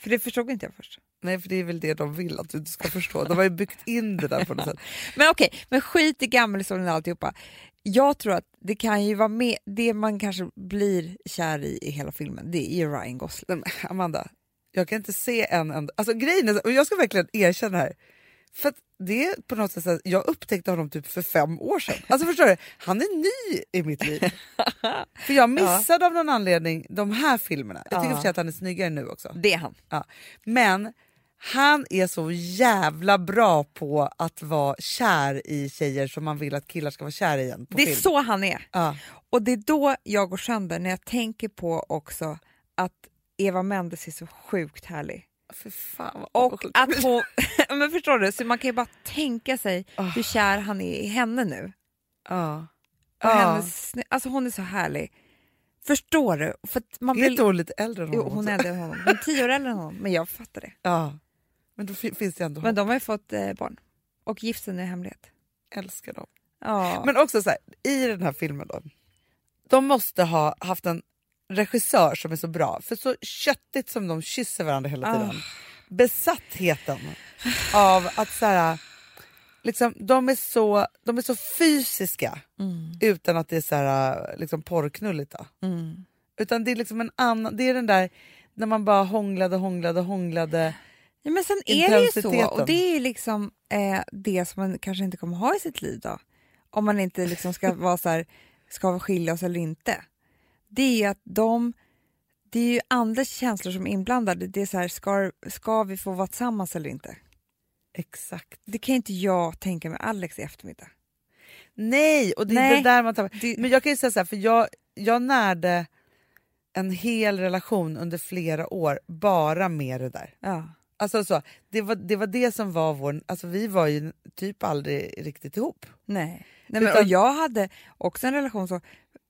Speaker 2: För det förstod inte jag först.
Speaker 1: Nej, för det är väl det de vill att du inte ska förstå. De har ju byggt in det där på något sätt.
Speaker 2: Men okej, men skit i gammelhistorien och alltihopa. Jag tror att det kan ju vara med, det man kanske blir kär i i hela filmen, det är ju Ryan Gosling.
Speaker 1: Nej, men Amanda, jag kan inte se en enda... Alltså grejen är, så- och jag ska verkligen erkänna här. För att det är på något sätt så här, jag upptäckte honom typ för fem år sedan. Alltså förstår du? Han är ny i mitt liv. För jag missade av någon anledning de här filmerna. Jag tycker i och för sig att han är snyggare nu också.
Speaker 2: Det är han.
Speaker 1: Ja. Men han är så jävla bra på att vara kär i tjejer som man vill att killar ska vara kär i igen på
Speaker 2: det är
Speaker 1: film.
Speaker 2: så han är.
Speaker 1: Ja.
Speaker 2: Och det är då jag går sönder, när jag tänker på också att Eva Mendes är så sjukt härlig.
Speaker 1: För fan vad
Speaker 2: Och
Speaker 1: avundsjuk.
Speaker 2: att hon... men förstår du? Så man kan ju bara tänka sig hur kär han är i henne nu.
Speaker 1: ja.
Speaker 2: Och
Speaker 1: Ja.
Speaker 2: hennes, sny- alltså hon är så härlig. Förstår du? För att man
Speaker 1: Är
Speaker 2: vill...
Speaker 1: inte hon lite äldre än honom?
Speaker 2: Jo, hon
Speaker 1: också?
Speaker 2: är äldre än honom. Hon är tio år äldre än honom. Men jag fattar det.
Speaker 1: Ja. Men då fi- finns det ändå
Speaker 2: Men
Speaker 1: hopp.
Speaker 2: de har ju fått eh, barn. Och gift sig nu i hemlighet.
Speaker 1: älskar dem.
Speaker 2: Ja.
Speaker 1: Men också så här, i den här filmen då. De måste ha haft en regissör som är så bra. För så köttigt som de kysser varandra hela tiden. Besattheten av att så här, liksom, de, är så, de är så fysiska utan att det är så här, liksom porrknulligt. Då. Utan det är liksom en annan, det är den där när man bara hånglade, hånglade, hånglade.
Speaker 2: Ja, men sen är det ju så,
Speaker 1: Intensiteten.
Speaker 2: och det är ju liksom eh, det som man kanske inte kommer ha i sitt liv då. Om man inte liksom ska vara så här, ska vi skilja oss eller inte. Det är ju att de, det är ju andra känslor som är inblandade. Det är så här, ska, ska vi få vara tillsammans eller inte?
Speaker 1: Exakt.
Speaker 2: Det kan ju inte jag tänka med Alex i eftermiddag.
Speaker 1: Nej, och det är
Speaker 2: Nej.
Speaker 1: det där man tappar.
Speaker 2: Det-
Speaker 1: Men jag kan ju säga så här, för jag, jag närde en hel relation under flera år bara med det där.
Speaker 2: Ja.
Speaker 1: Alltså så, det, var, det var det som var vår... Alltså vi var ju typ aldrig riktigt ihop.
Speaker 2: Nej. Nej men,
Speaker 1: Utan-
Speaker 2: och jag hade också en relation så,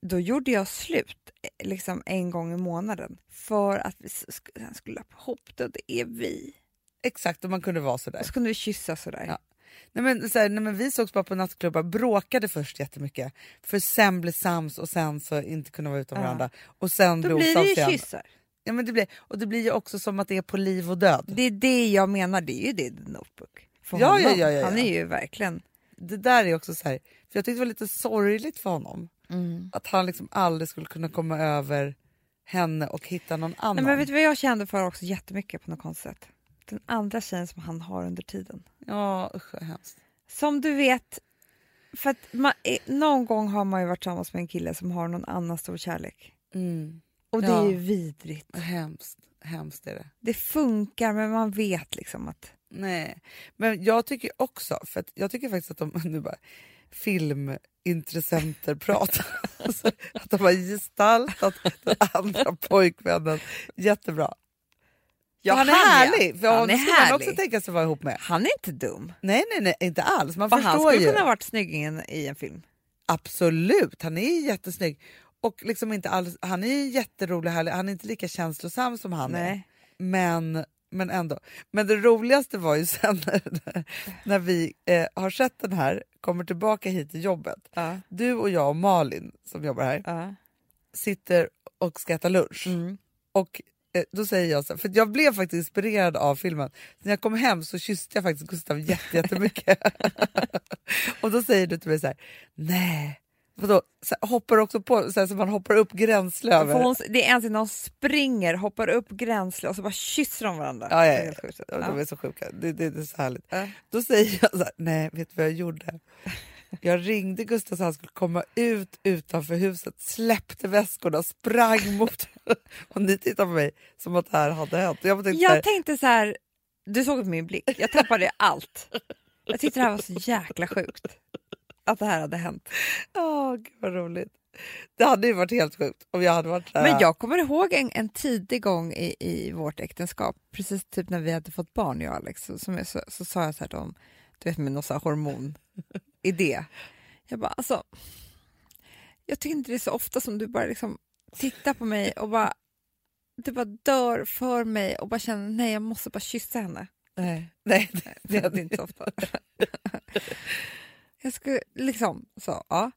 Speaker 2: då gjorde jag slut eh, liksom en gång i månaden för att vi s- sk- han skulle lappa ihop det och det är vi.
Speaker 1: Exakt, och man kunde vara sådär.
Speaker 2: Och så kunde vi kyssa sådär.
Speaker 1: Ja. Nej men, så här, nej men vi sågs bara på nattklubbar, bråkade först jättemycket för sen blev sams och sen så inte kunna vara utan
Speaker 2: Ja.
Speaker 1: varandra. Och sen
Speaker 2: Då
Speaker 1: blir
Speaker 2: blir
Speaker 1: osams
Speaker 2: det ju
Speaker 1: igen.
Speaker 2: kyssar.
Speaker 1: Ja, men det blir, och det blir ju också som att det är på liv och död.
Speaker 2: Det är det jag menar, det är ju det i The Notebook. För
Speaker 1: Ja,
Speaker 2: honom.
Speaker 1: ja, ja, ja,
Speaker 2: Han
Speaker 1: ja.
Speaker 2: är ju verkligen...
Speaker 1: Det där är också så här, för jag tyckte det var lite sorgligt för honom. Att han liksom aldrig skulle kunna komma över henne och hitta någon annan.
Speaker 2: Nej, men vet du vad jag kände för också jättemycket på något konstigt sätt? Den andra tjejen som han har under tiden.
Speaker 1: Ja usch vad hemskt.
Speaker 2: Som du vet, för att man, eh, någon gång har man ju varit tillsammans med en kille som har någon annan stor kärlek.
Speaker 1: Mm.
Speaker 2: Och det
Speaker 1: Ja.
Speaker 2: är ju vidrigt.
Speaker 1: Hemskt, hemskt är det.
Speaker 2: Det funkar men man vet liksom att...
Speaker 1: Nej, men jag tycker också, för att jag tycker faktiskt att de nu bara, filmintressenter pratar. alltså, att de har gestaltat den andra pojkvännen jättebra.
Speaker 2: Ja,
Speaker 1: han är
Speaker 2: han, ja.
Speaker 1: härlig, för
Speaker 2: Han
Speaker 1: honom
Speaker 2: är
Speaker 1: skulle man
Speaker 2: härlig.
Speaker 1: också tänka sig vara ihop med.
Speaker 2: Han är inte dum.
Speaker 1: Nej, nej, nej, inte alls. Man
Speaker 2: Vad
Speaker 1: förstår
Speaker 2: han skulle
Speaker 1: ju.
Speaker 2: kunna ha varit snyggingen i en film.
Speaker 1: Absolut, han är jättesnygg. Och liksom inte alls, han är ju jätterolig, härlig. han är inte lika känslosam som han är.
Speaker 2: Nej.
Speaker 1: Men, men ändå. Men det roligaste var ju sen när, när vi eh, har sett den här, kommer tillbaka hit till jobbet.
Speaker 2: Ja.
Speaker 1: Du och jag och Malin som jobbar här
Speaker 2: Ja.
Speaker 1: sitter och ska äta lunch.
Speaker 2: Mm.
Speaker 1: Och eh, då säger jag så här, för jag blev faktiskt inspirerad av filmen. Så när jag kom hem så kysste jag faktiskt Gustav jätte, jättemycket. och då säger du till mig så här, nej. Vadå? Så här, hoppar också på, så, här, så man hoppar upp gränslöver.
Speaker 2: För hon, det är en scen när hon springer, hoppar upp gränslöst och så bara kysser de varandra.
Speaker 1: Ja, ja,
Speaker 2: Det är
Speaker 1: ja.
Speaker 2: helt sjukt.
Speaker 1: Ja, De
Speaker 2: Ja.
Speaker 1: är så sjuka. Det, det, det är så härligt.
Speaker 2: Ja.
Speaker 1: Då säger jag så här, nej, vet du vad jag gjorde? Jag ringde Gustav så han skulle komma ut utanför huset, släppte väskorna, sprang mot... Och ni tittar på mig som att det här hade hänt. Jag tänkte så här,
Speaker 2: Jag tänkte så här, du såg på min blick, jag tappade allt. Jag tyckte det här var så jäkla sjukt. Att det här hade hänt.
Speaker 1: åh gud vad roligt. Det hade ju varit helt sjukt om jag hade varit så här.
Speaker 2: Men jag kommer ihåg en, en tidig gång i, i vårt äktenskap, precis typ när vi hade fått barn, jag och Alex, så, som jag, så, så sa jag så här till honom, du vet med någon sån här hormonidé. Jag bara, alltså, jag tycker inte det är så ofta som du bara liksom tittar på mig och bara, du bara dör för mig och bara känner, nej jag måste bara kyssa henne.
Speaker 1: Nej, nej det,
Speaker 2: Det
Speaker 1: det
Speaker 2: hände
Speaker 1: hade
Speaker 2: inte
Speaker 1: inte.
Speaker 2: så ofta. jag skulle liksom, så, ja.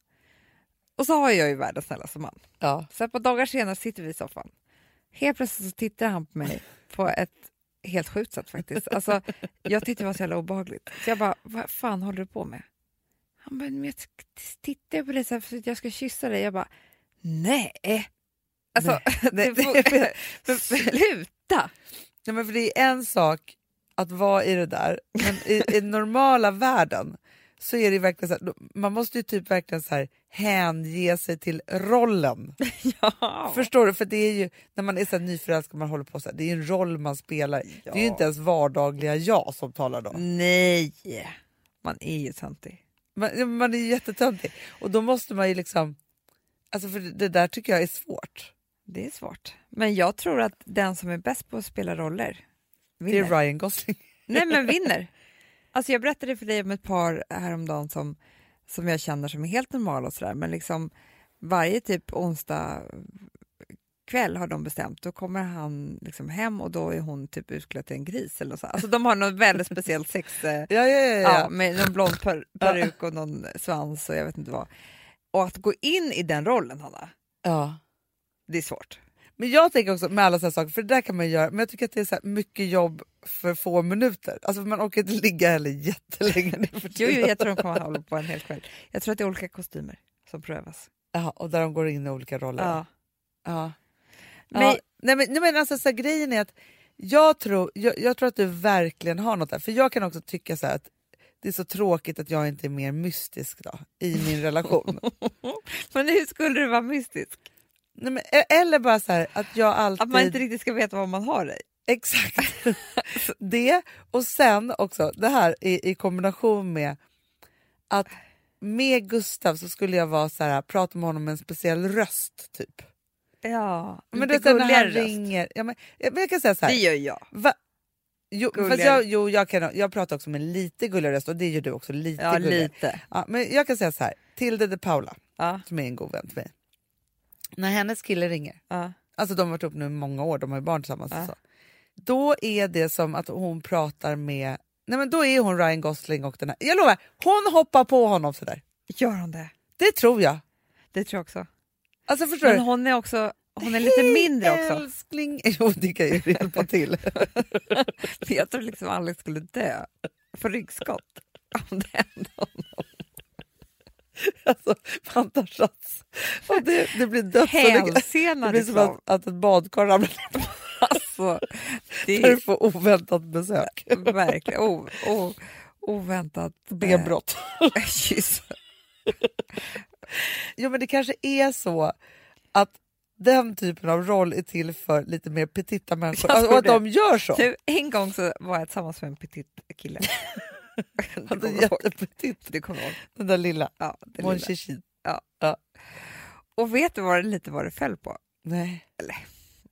Speaker 2: Och så har jag ju världens snällaste man.
Speaker 1: Ja.
Speaker 2: Så ett par dagar senare sitter vi i soffan. Helt plötsligt så tittar han på mig på ett helt sjukt sätt faktiskt. Alltså, jag tyckte det var så jävla obehagligt. Så jag bara, vad fan håller du på med? Han bara, men jag tittar på dig så här för att jag ska kyssa dig. Jag bara, nej! Alltså,
Speaker 1: Nej,
Speaker 2: det får,
Speaker 1: nej, men-
Speaker 2: sluta!
Speaker 1: Nej, men för det är en sak att vara i det där, men i, i normala världen så är det ju verkligen så här, då- man måste ju typ verkligen så här hänge sig till rollen.
Speaker 2: Ja.
Speaker 1: Förstår du? För det är ju när man är så här nyförälskad och man håller på så här, det är ju en roll man spelar. Det är ju inte ens vardagliga jag som talar då.
Speaker 2: Nej! Man är ju töntig.
Speaker 1: Man, ja, man är ju jättetöntig och då måste man ju liksom, alltså för det- det där tycker jag är svårt.
Speaker 2: Det är svårt. Men jag tror att den som är bäst på att spela roller
Speaker 1: Det
Speaker 2: vinner.
Speaker 1: är Ryan Gosling.
Speaker 2: Nej men vinner. Alltså jag berättade för dig om ett par häromdagen som, som jag känner som är helt normala och sådär men liksom varje typ onsdag kväll har de bestämt, då kommer han liksom hem och då är hon typ utklädd till en gris eller något sånt. Alltså de har något väldigt speciellt sex... Eh,
Speaker 1: Ja, ja, ja, ja.
Speaker 2: Ja, med någon blond per- peruk och någon svans och jag vet inte vad. Och att gå in i den rollen, Hanna,
Speaker 1: ja.
Speaker 2: det är svårt.
Speaker 1: Men jag tänker också med alla sådana saker, för det där kan man ju göra, men jag tycker att det är så här mycket jobb för få minuter. Alltså man orkar inte ligga heller jättelänge nu för
Speaker 2: Jo,
Speaker 1: tiden.
Speaker 2: jo, jag tror de kommer att hålla på en hel kväll. Jag tror att det är olika kostymer som prövas.
Speaker 1: Ja, och där de går in i olika roller. Ja.
Speaker 2: Men,
Speaker 1: Nej men, nej, men alltså så här, grejen är att jag tror, jag, jag tror att du verkligen har något där. För jag kan också tycka så här att det är så tråkigt att jag inte är mer mystisk då, i min relation.
Speaker 2: Men hur skulle det vara mystisk?
Speaker 1: Nej, men, e- eller bara så här att jag alltid...
Speaker 2: Att man inte riktigt ska veta vad man har dig?
Speaker 1: Exakt. det och sen också det här i, i kombination med att med Gustav så skulle jag vara så här, prata med honom med en speciell röst typ.
Speaker 2: Ja,
Speaker 1: Men
Speaker 2: lite
Speaker 1: du vet så här, när han
Speaker 2: gulligare röst.
Speaker 1: ringer. Ja, men, jag, men jag kan säga så här.
Speaker 2: Det gör jag.
Speaker 1: Va? Jo, fast
Speaker 2: Gulligare.
Speaker 1: jag, jo jag, kan, jag pratar också med lite gulligare röst och det gör du också. Lite
Speaker 2: Ja,
Speaker 1: gulligare.
Speaker 2: lite.
Speaker 1: Ja, men jag kan säga så här. Tilde de Paula,
Speaker 2: Ja,
Speaker 1: som är en god vän till mig. När hennes kille ringer,
Speaker 2: ja.
Speaker 1: alltså de har varit ihop nu i många år, de har ju barn tillsammans.
Speaker 2: Ja.
Speaker 1: Och så. Då är det som att hon pratar med, nej men då är hon Ryan Gosling och den här, jag lovar, hon hoppar på honom sådär.
Speaker 2: Gör hon det?
Speaker 1: Det tror jag.
Speaker 2: Det tror jag också.
Speaker 1: Alltså förstår
Speaker 2: Men
Speaker 1: du?
Speaker 2: hon är också hon är lite mindre också.
Speaker 1: Älskling! Jo, det kan ju hjälpa till.
Speaker 2: För Jag tror liksom Alex skulle dö för ryggskott. Om det hände honom.
Speaker 1: Alltså, man tar sats. Och det, det blir dödsolycka. Det
Speaker 2: Hälsenan
Speaker 1: blir som att,
Speaker 2: liksom.
Speaker 1: att ett badkar ramlar
Speaker 2: Alltså, det
Speaker 1: när du
Speaker 2: är
Speaker 1: får oväntat besök.
Speaker 2: verkligen o, o, oväntat.
Speaker 1: Benbrott.
Speaker 2: eh, kyss.
Speaker 1: Jo, men det kanske är så att den typen av roll är till för lite mer petita människor.
Speaker 2: Jag
Speaker 1: Alltså,
Speaker 2: tror
Speaker 1: och att de
Speaker 2: det.
Speaker 1: gör så.
Speaker 2: Du, en gång så var jag tillsammans med en petit kille. Du
Speaker 1: Att de
Speaker 2: kommer
Speaker 1: är
Speaker 2: ihåg.
Speaker 1: jättepetit,
Speaker 2: Du kommer ihåg.
Speaker 1: den där lilla.
Speaker 2: Ja, det
Speaker 1: Mon
Speaker 2: lilla.
Speaker 1: chichi.
Speaker 2: Och vet du vad det, lite vad det föll på?
Speaker 1: Nej.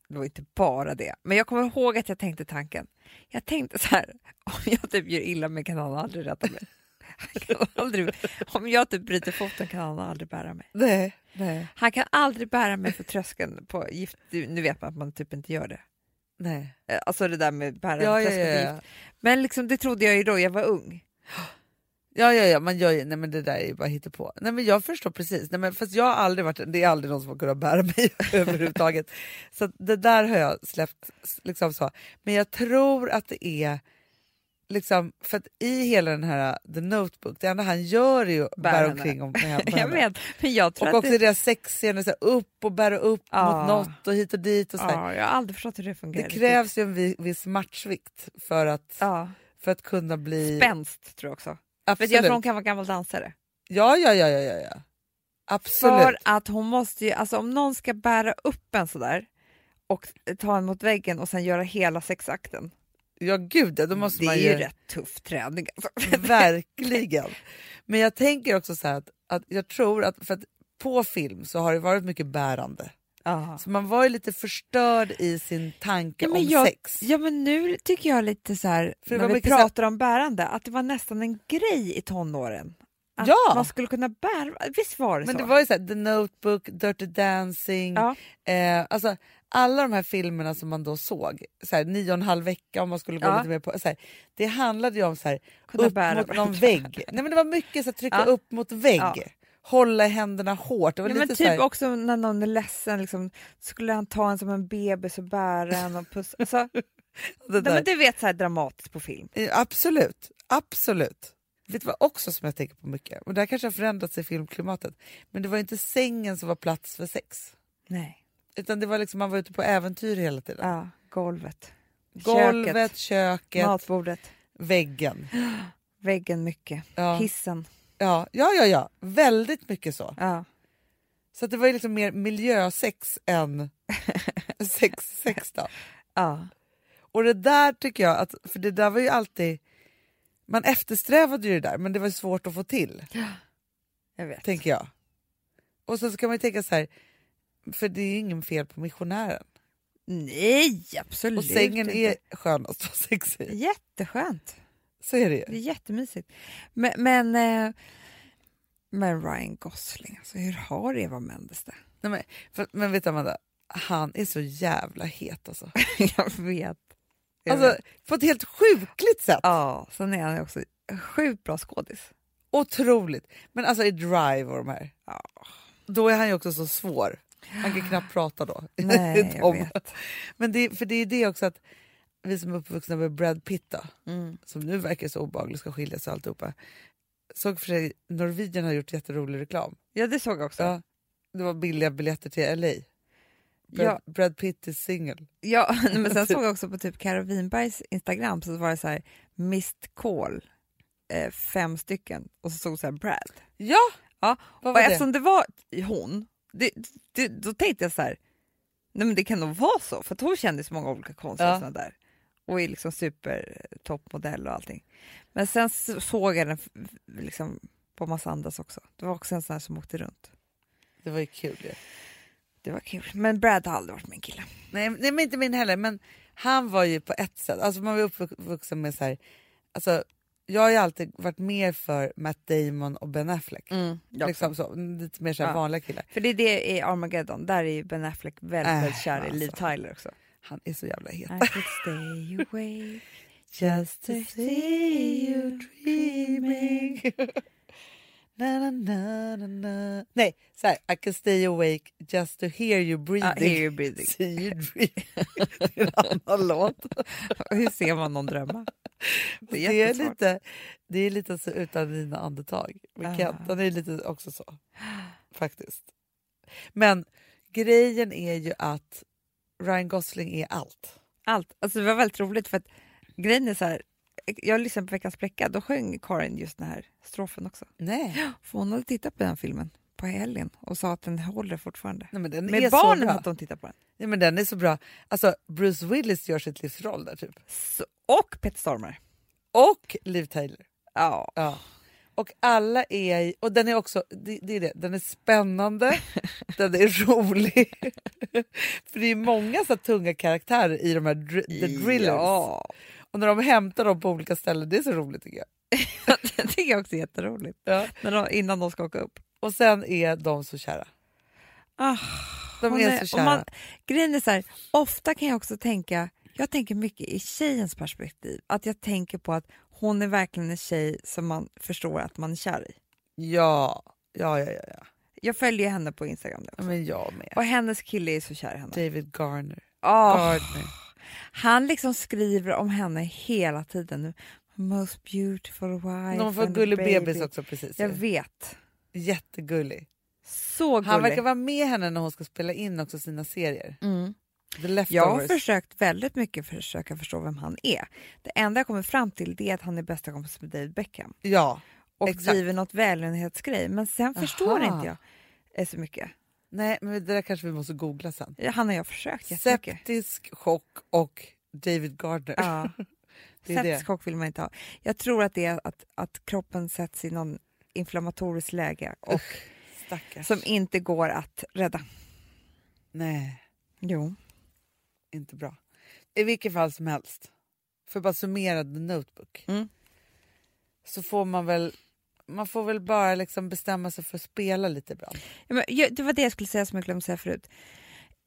Speaker 2: Det var inte bara det. Men jag kommer ihåg att jag tänkte tanken. Jag tänkte så här, om jag typ gör illa mig kan han aldrig rädda mig. Han kan aldrig, om jag typ bryter foten kan han aldrig bära mig.
Speaker 1: Nej. Nej.
Speaker 2: Han kan aldrig bära mig för tröskeln på gift. du- Nu vet man att man typ inte gör det.
Speaker 1: Nej.
Speaker 2: Eh, Alltså det där med bära
Speaker 1: Ja, ja,
Speaker 2: tröskeln på
Speaker 1: ja.
Speaker 2: gift. Men liksom, det trodde jag ju då, jag var ung.
Speaker 1: Ja, ja, ja, man gör ju, nej men det där är ju bara hittepå. Nej men jag förstår precis, nej men fast jag har aldrig varit, det är aldrig någon som har kunnat bära mig överhuvudtaget. Så att det där har jag släppt s- liksom så. Men jag tror att det är liksom, för att i hela den här uh, The Notebook, det enda han gör är ju att
Speaker 2: Bär
Speaker 1: bära
Speaker 2: henne.
Speaker 1: omkring om, med, med
Speaker 2: Jag
Speaker 1: henne.
Speaker 2: vet, men jag tror
Speaker 1: Och
Speaker 2: att
Speaker 1: också i
Speaker 2: det,
Speaker 1: deras sexscener, så här, upp och bära upp
Speaker 2: Ja.
Speaker 1: mot något och hit och dit och så här.
Speaker 2: ja, jag har aldrig förstått hur det
Speaker 1: Det
Speaker 2: fungerar. riktigt.
Speaker 1: krävs ju en vi- viss matchvikt för att,
Speaker 2: ja.
Speaker 1: för att kunna bli...
Speaker 2: spänst tror jag också. För att
Speaker 1: Absolut.
Speaker 2: jag tror hon kan vara gammal dansare.
Speaker 1: Ja, ja, ja, ja, ja, ja. Absolut.
Speaker 2: För att hon måste ju, alltså om någon ska bära upp en sådär och ta en mot väggen och sen göra hela sexakten.
Speaker 1: Ja gud ja, då måste
Speaker 2: det
Speaker 1: man
Speaker 2: är
Speaker 1: ju... Mm.
Speaker 2: ju rätt tuff träning. Alltså.
Speaker 1: Verkligen. Men jag tänker också så här att, att jag tror att, för att på film så har det varit mycket bärande.
Speaker 2: Ja.
Speaker 1: Så man var ju lite förstörd i sin tanke
Speaker 2: Ja, men
Speaker 1: om
Speaker 2: jag-
Speaker 1: sex.
Speaker 2: ja men nu tycker jag lite så här,
Speaker 1: För det
Speaker 2: när
Speaker 1: var
Speaker 2: vi
Speaker 1: mycket så här-
Speaker 2: pratar om bärande, att det var nästan en grej i tonåren. Att
Speaker 1: Ja.
Speaker 2: man skulle kunna bära, visst var det
Speaker 1: Men
Speaker 2: så?
Speaker 1: det var ju så här, The Notebook, Dirty Dancing,
Speaker 2: Ja.
Speaker 1: eh, alltså alla de här filmerna som man då såg, så här, nio och en halv vecka om man skulle gå
Speaker 2: Ja.
Speaker 1: lite mer på, så här, det handlade ju om så här,
Speaker 2: Kunna
Speaker 1: upp
Speaker 2: bära
Speaker 1: mot
Speaker 2: varandra.
Speaker 1: någon vägg. Nej men det var mycket så här, trycka
Speaker 2: Ja.
Speaker 1: upp mot vägg,
Speaker 2: Ja.
Speaker 1: hålla i händerna hårt. Det var
Speaker 2: Ja,
Speaker 1: lite
Speaker 2: men typ
Speaker 1: så här,
Speaker 2: också när någon är ledsen, liksom, skulle han ta en som en bebis och bära en och pussa. Alltså,
Speaker 1: det
Speaker 2: nej,
Speaker 1: där.
Speaker 2: men du vet så här dramatiskt på film.
Speaker 1: Eh, Absolut, absolut. Vet du vad också som jag tänker på mycket? Och det här kanske har förändrats i filmklimatet. Men det var ju inte sängen som var plats för sex.
Speaker 2: Nej.
Speaker 1: Utan det var liksom, man var ute på äventyr hela tiden.
Speaker 2: Ja, golvet.
Speaker 1: Golvet, köket,
Speaker 2: matbordet,
Speaker 1: väggen.
Speaker 2: väggen mycket,
Speaker 1: Ja.
Speaker 2: hissen.
Speaker 1: Ja, ja, ja, ja. Väldigt mycket så.
Speaker 2: Ja.
Speaker 1: Så att det var ju liksom mer miljösex än sex, sex då.
Speaker 2: Ja.
Speaker 1: Och det där tycker jag, att, för det där var ju alltid... Man eftersträvade ju det där, men det var svårt att få till.
Speaker 2: Jag vet.
Speaker 1: tänker jag. Och sen så kan man ju tänka så här, för det är ju ingen fel på missionären.
Speaker 2: Nej, absolut
Speaker 1: Och sängen
Speaker 2: inte.
Speaker 1: är skönast att ha sex i.
Speaker 2: Jätteskönt.
Speaker 1: Så är det
Speaker 2: Det
Speaker 1: ju.
Speaker 2: är jättemysigt. Men, men, eh, men Ryan Gosling, alltså, hur har Eva Mendes det?
Speaker 1: Nej, men, för, men vet du Amanda, han är så jävla het alltså.
Speaker 2: jag vet. Jag
Speaker 1: alltså
Speaker 2: vet.
Speaker 1: på ett helt sjukligt sätt.
Speaker 2: Ja, sen är han ju också sjukt bra skådis.
Speaker 1: Otroligt. Men alltså i Drive och de här,
Speaker 2: Ja.
Speaker 1: då är han ju också så svår. Han kan knappt prata då.
Speaker 2: Nej, jag
Speaker 1: Om-
Speaker 2: vet.
Speaker 1: Men det, för det är ju det också att vi som är uppvuxna med Brad Pitt då,
Speaker 2: Mm.
Speaker 1: som nu verkar så obehaglig, ska skiljas och alltihopa. Såg för sig, Norwegian har gjort jätterolig reklam.
Speaker 2: Ja, det såg jag också.
Speaker 1: Ja. Det var billiga biljetter till LA. Brad,
Speaker 2: Ja.
Speaker 1: Brad Pitt är singel.
Speaker 2: Ja, nej, men sen såg jag också på typ Karo Winbergs Instagram så var det så här missed call, eh, fem stycken och så stod så här Brad.
Speaker 1: Ja!
Speaker 2: Ja,
Speaker 1: Vad
Speaker 2: och
Speaker 1: var det?
Speaker 2: eftersom det var hon, det, det, då tänkte jag så här, nej men det kan nog vara så för att hon kände så många olika konstiga
Speaker 1: Ja.
Speaker 2: såna där och är liksom supertoppmodell och allting. Men sen s- såg jag den f- f- liksom på massa andras också. Det var också en sån här som åkte runt.
Speaker 1: Det var ju kul ju.
Speaker 2: Det var kul. Men Brad har aldrig varit min kille.
Speaker 1: Nej, nej men inte min heller. Men han var ju på ett sätt, alltså man var uppvuxen med så här, alltså jag har ju alltid varit mer för Matt Damon och Ben Affleck.
Speaker 2: Mm, jag också.
Speaker 1: liksom så, lite mer så här
Speaker 2: Ja.
Speaker 1: vanliga killar.
Speaker 2: För det är det i Armageddon, där är ju Ben Affleck väldigt,
Speaker 1: Äh,
Speaker 2: väldigt kär i Liv
Speaker 1: alltså.
Speaker 2: Tyler också.
Speaker 1: Han är så jävla het.
Speaker 2: I could stay away
Speaker 1: Just to see you dreaming na, na, na, na, na. Nej, så här, I can stay awake just to hear you breathing.
Speaker 2: Ja, hear you breathing.
Speaker 1: See you dreaming. Det är en annan låt.
Speaker 2: Hur ser man någon drömma? Det är
Speaker 1: Det är,
Speaker 2: jättesvårt.
Speaker 1: lite, det är lite så utan dina andetag. Med
Speaker 2: Ah.
Speaker 1: Kent, han är ju lite också så. Faktiskt. Men grejen är ju att Ryan Gosling är allt.
Speaker 2: Allt. Alltså det var väldigt roligt för att grejen är så här, jag lyssnade på Veckans Bräcka, då sjöng Karin just den här strofen också.
Speaker 1: Nej,
Speaker 2: För hon hade tittat på den filmen på helgen och sa att den håller fortfarande.
Speaker 1: Nej men den är
Speaker 2: Med
Speaker 1: så
Speaker 2: barnen
Speaker 1: bra.
Speaker 2: att de tittar på den.
Speaker 1: Nej, men den är så bra. Alltså, Bruce Willis gör sitt livs roll där typ.
Speaker 2: Så, och Peter Stormare.
Speaker 1: Och Liv Tyler.
Speaker 2: Ja.
Speaker 1: Ja. Och alla är... i- Och den är också... Det, det är det. Den är spännande, den är rolig. För det är många så här tunga karaktärer i de här dr- The Drillers.
Speaker 2: Ja.
Speaker 1: Och när de hämtar dem på olika ställen, det är så roligt tycker jag.
Speaker 2: Det tycker jag också är jätteroligt.
Speaker 1: Ja.
Speaker 2: När de, innan de ska åka upp.
Speaker 1: Och sen är de så kära.
Speaker 2: Ah,
Speaker 1: De
Speaker 2: hon
Speaker 1: är så
Speaker 2: och
Speaker 1: kära.
Speaker 2: Man, grejen är så här, ofta kan jag också tänka, jag tänker mycket i tjejens perspektiv, att jag tänker på att hon är verkligen en tjej som man förstår att man är kär i.
Speaker 1: Ja, ja, ja, ja. ja.
Speaker 2: Jag följer ju henne på Instagram nu
Speaker 1: ja
Speaker 2: också.
Speaker 1: men jag med.
Speaker 2: och hennes kille är så kär i henne.
Speaker 1: David Garner.
Speaker 2: Ah,
Speaker 1: Gardner.
Speaker 2: han liksom skriver om henne hela tiden. nu. Most beautiful wife
Speaker 1: Någon får
Speaker 2: and
Speaker 1: gullig
Speaker 2: baby.
Speaker 1: bebis också precis.
Speaker 2: Jag vet.
Speaker 1: Jättegullig.
Speaker 2: Så gullig.
Speaker 1: Han verkar vara med henne när hon ska spela in också sina serier.
Speaker 2: mm.
Speaker 1: The
Speaker 2: Jag har
Speaker 1: Leftovers.
Speaker 2: försökt väldigt mycket försöka förstå vem han är. Det enda jag kommer fram till det är att han är bästa kompis med David Beckham
Speaker 1: Ja.
Speaker 2: och
Speaker 1: Exakt.
Speaker 2: driver något välgörenhetsgrej. Men sen förstår
Speaker 1: Aha.
Speaker 2: inte jag eh, så mycket.
Speaker 1: Nej, men det där kanske vi måste googla sen.
Speaker 2: Han har jag försökt jättemycket.
Speaker 1: Septisk chock och David Gardner.
Speaker 2: Ja.
Speaker 1: Det är det.
Speaker 2: Septisk chock vill man inte ha. Jag tror att det är att, att kroppen sätts i någon inflammatoriskt läge och
Speaker 1: Stackars.
Speaker 2: som inte går att rädda.
Speaker 1: Nej,
Speaker 2: Jo.
Speaker 1: inte bra. I vilket fall som helst, för att bara summera The Notebook,
Speaker 2: Mm.
Speaker 1: så får man väl man får väl bara liksom bestämma sig för att spela lite ibland.
Speaker 2: Ja, men jag, det var det jag skulle säga som jag glömde säga förut.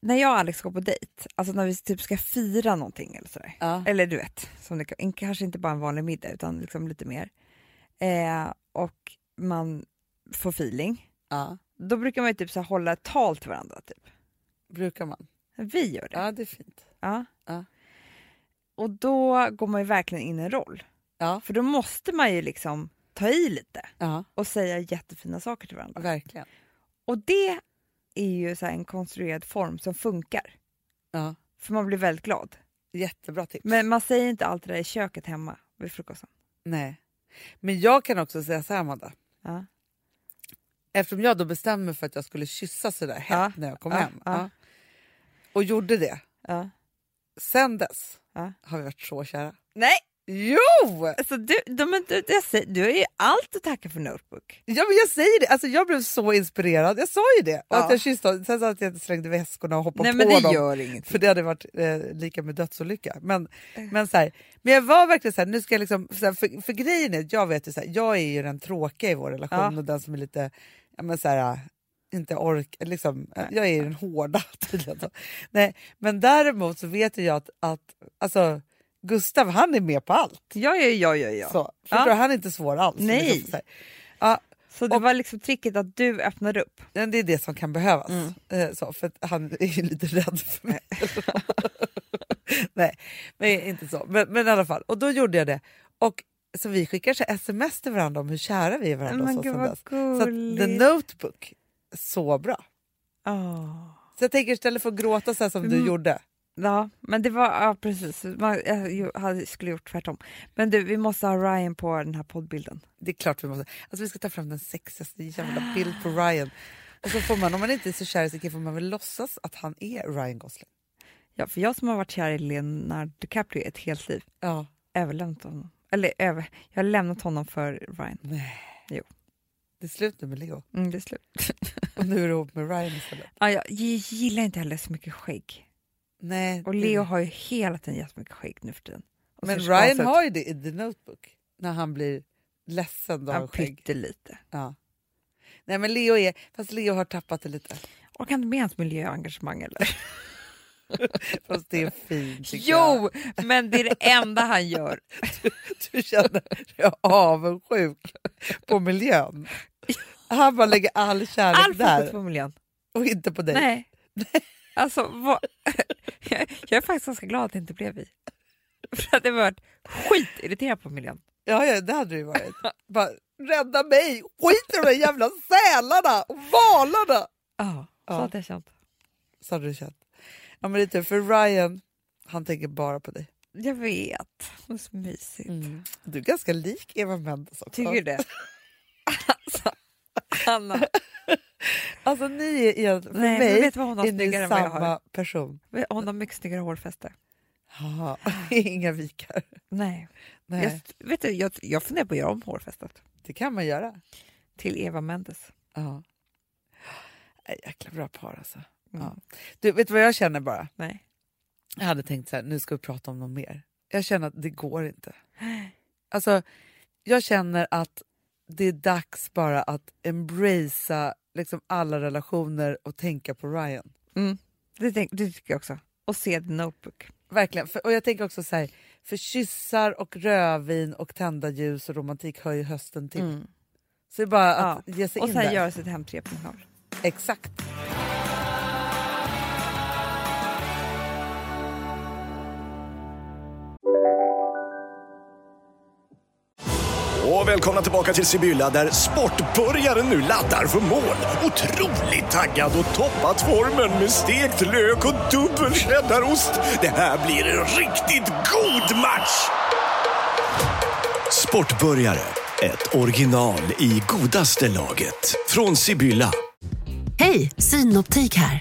Speaker 2: När jag och Alex går på dejt, alltså när vi typ ska fira någonting eller sådär.
Speaker 1: Ja.
Speaker 2: Eller du vet, som det, kan- kanske inte bara en vanlig middag utan liksom lite mer. Eh, och man får feeling.
Speaker 1: ja.
Speaker 2: Då brukar man ju typ så här hålla ett tal till varandra. Typ.
Speaker 1: Brukar man.
Speaker 2: Vi gör det.
Speaker 1: Ja, det är fint.
Speaker 2: Ja.
Speaker 1: Ja.
Speaker 2: Och då går man ju verkligen in i en roll.
Speaker 1: Ja.
Speaker 2: För då måste man ju liksom ta i lite
Speaker 1: Ja,
Speaker 2: och säga jättefina saker till varandra.
Speaker 1: verkligen.
Speaker 2: Och det är ju så här en konstruerad form som funkar.
Speaker 1: Ja.
Speaker 2: För man blir väldigt glad.
Speaker 1: Jättebra tips.
Speaker 2: Men man säger inte allt det där i köket hemma vid frukosten.
Speaker 1: Nej. Men jag kan också säga så här, Amanda.
Speaker 2: Ja.
Speaker 1: Eftersom jag då bestämde mig för att jag skulle kyssa sådär hett
Speaker 2: Ja,
Speaker 1: när jag kom
Speaker 2: ja,
Speaker 1: hem
Speaker 2: ja.
Speaker 1: ja, och gjorde det.
Speaker 2: Ja.
Speaker 1: Sen dess
Speaker 2: Ja.
Speaker 1: har vi varit så kära.
Speaker 2: Nej,
Speaker 1: Jo!
Speaker 2: Alltså, du, de, men du, jag säger, du är ju allt att tacka för Notebook.
Speaker 1: Ja, men jag säger det. Alltså, jag blev så inspirerad. Jag sa ju det. Och
Speaker 2: Ja.
Speaker 1: att jag kysste honom. Sen sa jag att jag inte slängde väskorna och hoppade
Speaker 2: Nej, men
Speaker 1: på
Speaker 2: det
Speaker 1: dem.
Speaker 2: gör inget.
Speaker 1: För det hade varit eh, lika med dödsolycka. Men,
Speaker 2: Eh.
Speaker 1: men, så här, men jag var verkligen så här, nu ska jag liksom, så här, för, för grejen är att jag vet ju så här, jag är ju den tråkiga i vår relation
Speaker 2: Ja.
Speaker 1: och den som är lite, ja men så här, äh, inte ork, liksom, äh, jag är ju den hårda tydligen. då. Nej, men däremot så vet ju jag att, att alltså, Gustav han är med på allt.
Speaker 2: Ja, ja, ja, ja. ja. Så,
Speaker 1: Så, förstår du? Han är inte svår alls.
Speaker 2: Nej.
Speaker 1: Liksom, så här. ja,
Speaker 2: det var liksom tricket att du öppnar upp.
Speaker 1: men det är det som kan behövas. Eh, Så, för att han är ju lite rädd för mig. Nej, men inte så. Men, men i alla fall, och då gjorde jag det. Och så vi skickar så här sms till varandra om hur kära vi är varandra. och
Speaker 2: Men
Speaker 1: så,
Speaker 2: gud
Speaker 1: sen
Speaker 2: vad
Speaker 1: dess. så att The
Speaker 2: gulligt.
Speaker 1: Notebook, så bra.
Speaker 2: Åh.
Speaker 1: Så jag tänker istället för att gråta så här som du
Speaker 2: Mm.
Speaker 1: gjorde.
Speaker 2: Ja, men det var, ja precis. Man, jag ju- hade, skulle gjort tvärtom. Men du, vi måste ha Ryan på den här poddbilden.
Speaker 1: Det är klart vi måste. Alltså vi ska ta fram den sexigaste jävla bild på Ryan. Och så får man, om man inte är så kär i sig får man väl låtsas att han är Ryan Gosling.
Speaker 2: Ja, för jag som har varit kär i Leonardo DiCaprio ett helt liv,
Speaker 1: Ja.
Speaker 2: överlämnat honom. Eller över, jag har lämnat honom för Ryan.
Speaker 1: Det är slut nu med Leo.
Speaker 2: Mm, det är slut.
Speaker 1: Och nu är du ihop med Ryan istället.
Speaker 2: Ja, jag gillar inte heller så mycket skägg.
Speaker 1: Nej.
Speaker 2: Och
Speaker 1: det-
Speaker 2: Leo har ju hela tiden jättemycket skägg nu för tiden. Och
Speaker 1: Mm. Men
Speaker 2: ser
Speaker 1: Ryan
Speaker 2: asut-
Speaker 1: har ju det i The Notebook. När han blir ledsen då
Speaker 2: ja,
Speaker 1: han skägg.
Speaker 2: pyttelite.
Speaker 1: Ja. Nej men Leo är, fast Leo har tappat det lite.
Speaker 2: Orkar inte med hans miljöengagemang eller?
Speaker 1: Fast det är fint tycker jag.
Speaker 2: Jo, men det är det enda han gör.
Speaker 1: Du känner dig avundsjuk på miljön. Han bara lägger all kärlek
Speaker 2: Allt fokus
Speaker 1: där
Speaker 2: på miljön.
Speaker 1: och inte på dig.
Speaker 2: Nej. Alltså, vad... jag är faktiskt ganska glad att det inte blev vi. För att det varit skitirriterad på miljön.
Speaker 1: Ja, ja, det hade det ju varit. Bara, rädda mig! Skit i de där jävla sälarna och valarna!
Speaker 2: Ja, så
Speaker 1: Ja.
Speaker 2: hade jag känt.
Speaker 1: Så hade du känt. Ja, men det är tur, för Ryan, han tänker bara på dig.
Speaker 2: Jag vet. Det är så mysigt.
Speaker 1: Du är ganska lik Eva Mendes också.
Speaker 2: Mm. Tycker du det? Alltså, Anna.
Speaker 1: Alltså ni är, igen- för
Speaker 2: Nej, men
Speaker 1: mig
Speaker 2: vet du vad hon har
Speaker 1: är ni
Speaker 2: snyggare än vad jag har?
Speaker 1: samma person.
Speaker 2: Hon har mycket snyggare hårfäste.
Speaker 1: Haha,
Speaker 2: Ah.
Speaker 1: Inga vikar.
Speaker 2: Nej.
Speaker 1: Nej,
Speaker 2: Jag, vet du, jag, jag funderar på att göra om hårfästet
Speaker 1: det kan man göra.
Speaker 2: till Eva Mendes.
Speaker 1: Ja. Nej, Jäkla bra par alltså.
Speaker 2: Mm.
Speaker 1: Ja. Du, vet du vad jag känner bara?
Speaker 2: Nej.
Speaker 1: Jag hade tänkt så här, nu ska vi prata om något mer. Jag känner att det går inte. Alltså, jag känner att det är dags bara att embracea liksom alla relationer och tänka på Ryan.
Speaker 2: Mm. Det, tänk, det tycker jag också. Och se The Notebook.
Speaker 1: Verkligen. För, och jag tänker också så här, för kyssar och rödvin och tända ljus och romantik hör ju hösten till. Så det är bara att ge sig
Speaker 2: Mm. Och
Speaker 1: in
Speaker 2: sen
Speaker 1: där.
Speaker 2: göra sitt hem 3.0.
Speaker 1: Exakt.
Speaker 5: Och välkomna tillbaka till Sibylla där sportbörjaren nu laddar för mål. Otroligt taggad och toppat formen med stekt lök och dubbel cheddarost. Det här blir en riktigt god match! Sportbörjare, ett original i godaste laget. Från Sibylla.
Speaker 6: Hej, Synoptik här.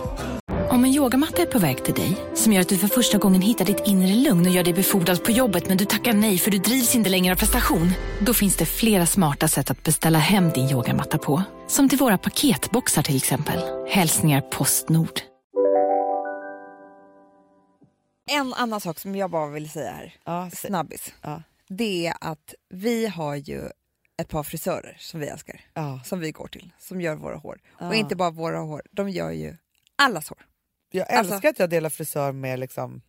Speaker 7: Om en yogamatta är på väg till dig, som gör att du för första gången hittar ditt inre lugn och gör dig befordrad på jobbet men du tackar nej för du drivs inte längre av prestation. Då finns det flera smarta sätt att beställa hem din yogamatta på. Som till våra paketboxar till exempel. Hälsningar Postnord.
Speaker 2: En annan sak som jag bara vill säga här,
Speaker 1: Ja, se-
Speaker 2: snabbis.
Speaker 1: Ja.
Speaker 2: Det är att vi har ju ett par frisörer som vi älskar,
Speaker 1: Ja.
Speaker 2: som vi går till, som gör våra hår.
Speaker 1: Ja.
Speaker 2: Och inte bara våra hår, de gör ju allas hår.
Speaker 1: Jag
Speaker 2: Alltså-
Speaker 1: älskar att jag delar frisör med liksom,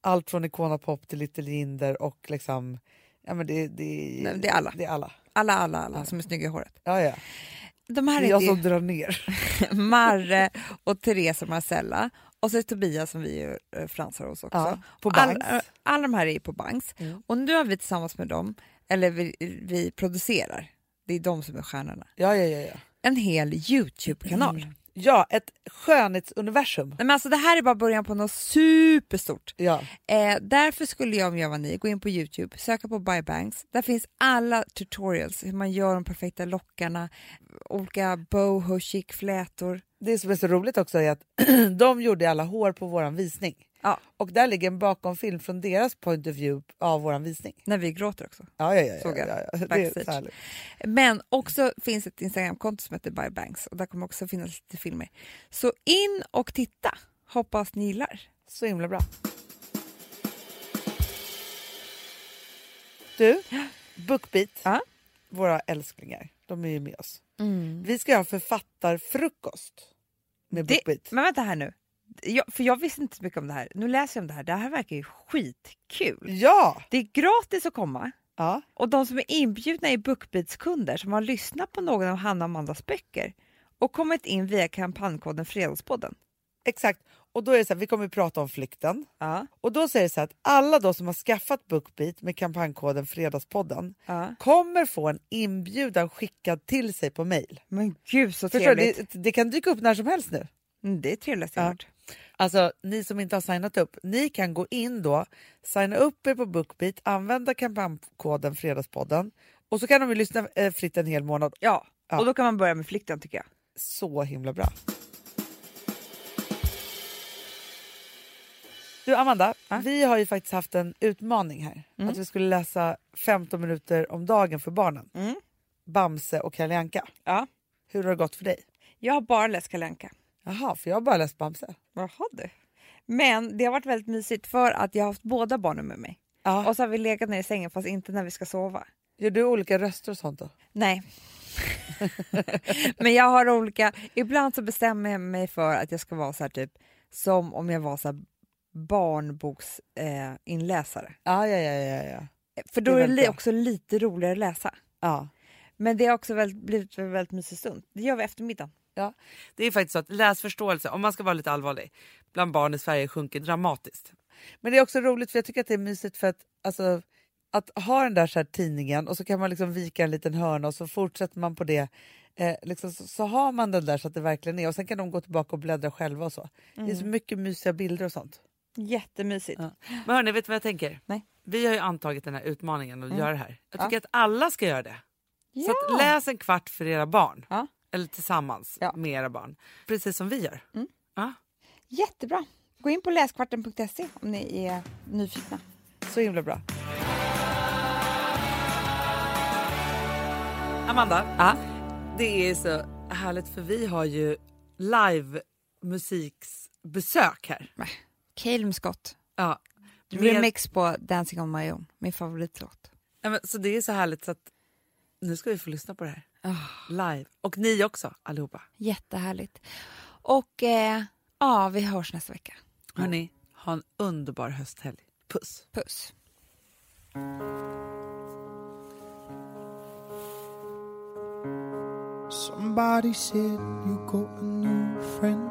Speaker 1: allt från Icona Pop till Little Jinder och liksom... Ja, men det, det,
Speaker 2: Nej, det är alla.
Speaker 1: Det är alla.
Speaker 2: Alla, alla, alla som är snygga i håret.
Speaker 1: Ja, ja.
Speaker 2: De
Speaker 1: Det
Speaker 2: här
Speaker 1: är
Speaker 2: är
Speaker 1: jag
Speaker 2: ju
Speaker 1: som drar ner.
Speaker 2: Marre och Therese och Marcella. Och så är Tobias som vi ju eh, fransar hos också.
Speaker 1: Ja, på
Speaker 2: Och all-
Speaker 1: Bangs.
Speaker 2: eh, alla de här är ju på Bangs.
Speaker 1: Mm.
Speaker 2: Och nu har vi tillsammans med dem, eller vi, vi producerar, det är de som är stjärnorna,
Speaker 1: Ja, ja, ja, ja.
Speaker 2: en hel YouTube-kanal.
Speaker 1: Mm. ja, ett skönhetsuniversum.
Speaker 2: Nej, men alltså, det här är bara början på något superstort.
Speaker 1: Ja.
Speaker 2: Eh, därför skulle jag om jag var ni gå in på Youtube, söka på By Banks. Där finns alla tutorials, hur man gör de perfekta lockarna, olika boho chic flätor.
Speaker 1: Det som är så roligt också är att de gjorde alla hår på vår visning.
Speaker 2: Ja.
Speaker 1: Och där ligger en bakomfilm från deras point of view av vår visning.
Speaker 2: När vi gråter också.
Speaker 1: Ja, ja, ja. ja,
Speaker 2: Såg jag.
Speaker 1: ja, ja. Det är
Speaker 2: Backstage.
Speaker 1: så härligt.
Speaker 2: Men också finns ett Instagramkonto som heter By Banks och där kommer också finnas lite filmer. Så in och titta! Hoppas ni gillar.
Speaker 1: Så himla bra. Du, Bookbeat,
Speaker 2: Ja.
Speaker 1: våra älsklingar, de är ju med oss. Vi ska ha författarfrukost med
Speaker 2: Det-
Speaker 1: Bookbeat.
Speaker 2: Men vänta här nu, jag, för jag visste inte så mycket om det här. Nu läser jag om det här. Det här verkar ju skitkul.
Speaker 1: Ja!
Speaker 2: Det är gratis att komma
Speaker 1: ja!
Speaker 2: och de som är inbjudna är BookBeats-kunder som har lyssnat på någon av Hanna och Amandas böcker och kommit in via kampankoden Fredagspodden.
Speaker 1: Exakt. Och då är det så här, vi kommer att prata om flykten.
Speaker 2: Ja.
Speaker 1: Och då säger det så här att alla då som har skaffat BookBeat med kampankoden Fredagspodden
Speaker 2: Ja.
Speaker 1: kommer få en inbjudan skickad till sig på mejl.
Speaker 2: Men gud så
Speaker 1: Förstår du?
Speaker 2: trevligt.
Speaker 1: Det, det kan dyka upp när som helst nu.
Speaker 2: Mm, Det är trevligt jag
Speaker 1: Ja.
Speaker 2: hört.
Speaker 1: Alltså ni som inte har signat upp, ni kan gå in då, signa upp er på BookBeat, använda kampankoden Fredagspodden och så kan de ju lyssna eh, fritt en hel månad.
Speaker 2: Ja.
Speaker 1: Ja.
Speaker 2: och då kan man börja med flykten tycker jag.
Speaker 1: Så himla bra. Du Amanda, vi har ju faktiskt haft en utmaning här. Att vi skulle läsa 15 minuter om dagen för barnen.
Speaker 2: Mm.
Speaker 1: Bamse och Kalle Anka.
Speaker 2: Ja.
Speaker 1: Hur har det gått för dig?
Speaker 2: Jag har bara läst Kalle Anka.
Speaker 1: Jaha, för jag har bara läst Bamse.
Speaker 2: Jaha du. Men det har varit väldigt mysigt för att jag har haft båda barnen med mig.
Speaker 1: Ja.
Speaker 2: Och så har vi legat ner i sängen fast inte när vi ska sova.
Speaker 1: Gör du olika röster och sånt då?
Speaker 2: Nej. Men jag har olika... Ibland så bestämmer jag mig för att jag ska vara så här typ som om jag var så här barnboksinläsare. Eh, inläsare.
Speaker 1: Ja, ja, ja, ja, ja.
Speaker 2: För
Speaker 1: Det
Speaker 2: då
Speaker 1: är
Speaker 2: är det
Speaker 1: väldigt
Speaker 2: li-
Speaker 1: bra.
Speaker 2: också lite roligare att läsa.
Speaker 1: ja.
Speaker 2: Men det har också väldigt, blivit en väldigt mysig stund. Det gör vi eftermiddagen.
Speaker 1: Det är faktiskt så att läsförståelse, om man ska vara lite allvarlig, bland barn i Sverige sjunker dramatiskt. Men det är också roligt för jag tycker att det är mysigt för att, alltså, att ha den där så här tidningen och så kan man liksom vika en liten hörna och så fortsätter man på det. Eh, liksom, så, så har man den där så att det verkligen är och sen kan de gå tillbaka och bläddra själva och så. Det är så mycket mysiga bilder och sånt.
Speaker 2: Jättemysigt.
Speaker 1: Ja. Men hörni, vet du vad jag tänker?
Speaker 2: Nej. Mm.
Speaker 1: Vi har ju antagit den här utmaningen att göra det här. Jag tycker att alla ska göra det. Så
Speaker 2: Ja.
Speaker 1: att läs en kvart för era barn.
Speaker 2: Ja.
Speaker 1: Eller tillsammans
Speaker 2: Ja. Mm.
Speaker 1: med era barn. Precis som vi gör. Ja.
Speaker 2: Jättebra. Gå in på läskvarten.se om ni är nyfikna.
Speaker 1: Så himla bra. Amanda, det är så härligt för vi har ju live musiksbesök här.
Speaker 2: Calum Scott.
Speaker 1: Ja. Med,
Speaker 2: Remix på Dancing on my own, min favoritlåt.
Speaker 1: Ja, men, så det är så härligt så att nu ska vi få lyssna på det här live. Och ni också allihopa.
Speaker 2: Jättehärligt. Och eh, ja, vi hörs nästa vecka.
Speaker 1: Hörni, ha en underbar hösthelg. Puss!
Speaker 2: Puss.
Speaker 8: Somebody said you got a new friend.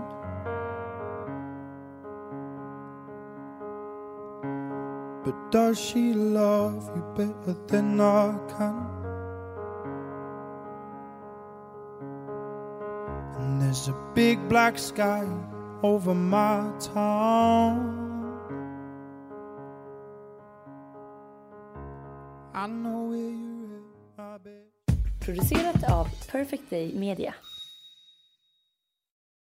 Speaker 8: But does she love you better than I can? And there's a big black sky over my town. I know where you're at, my baby.
Speaker 9: Producerat av Perfect Day Media.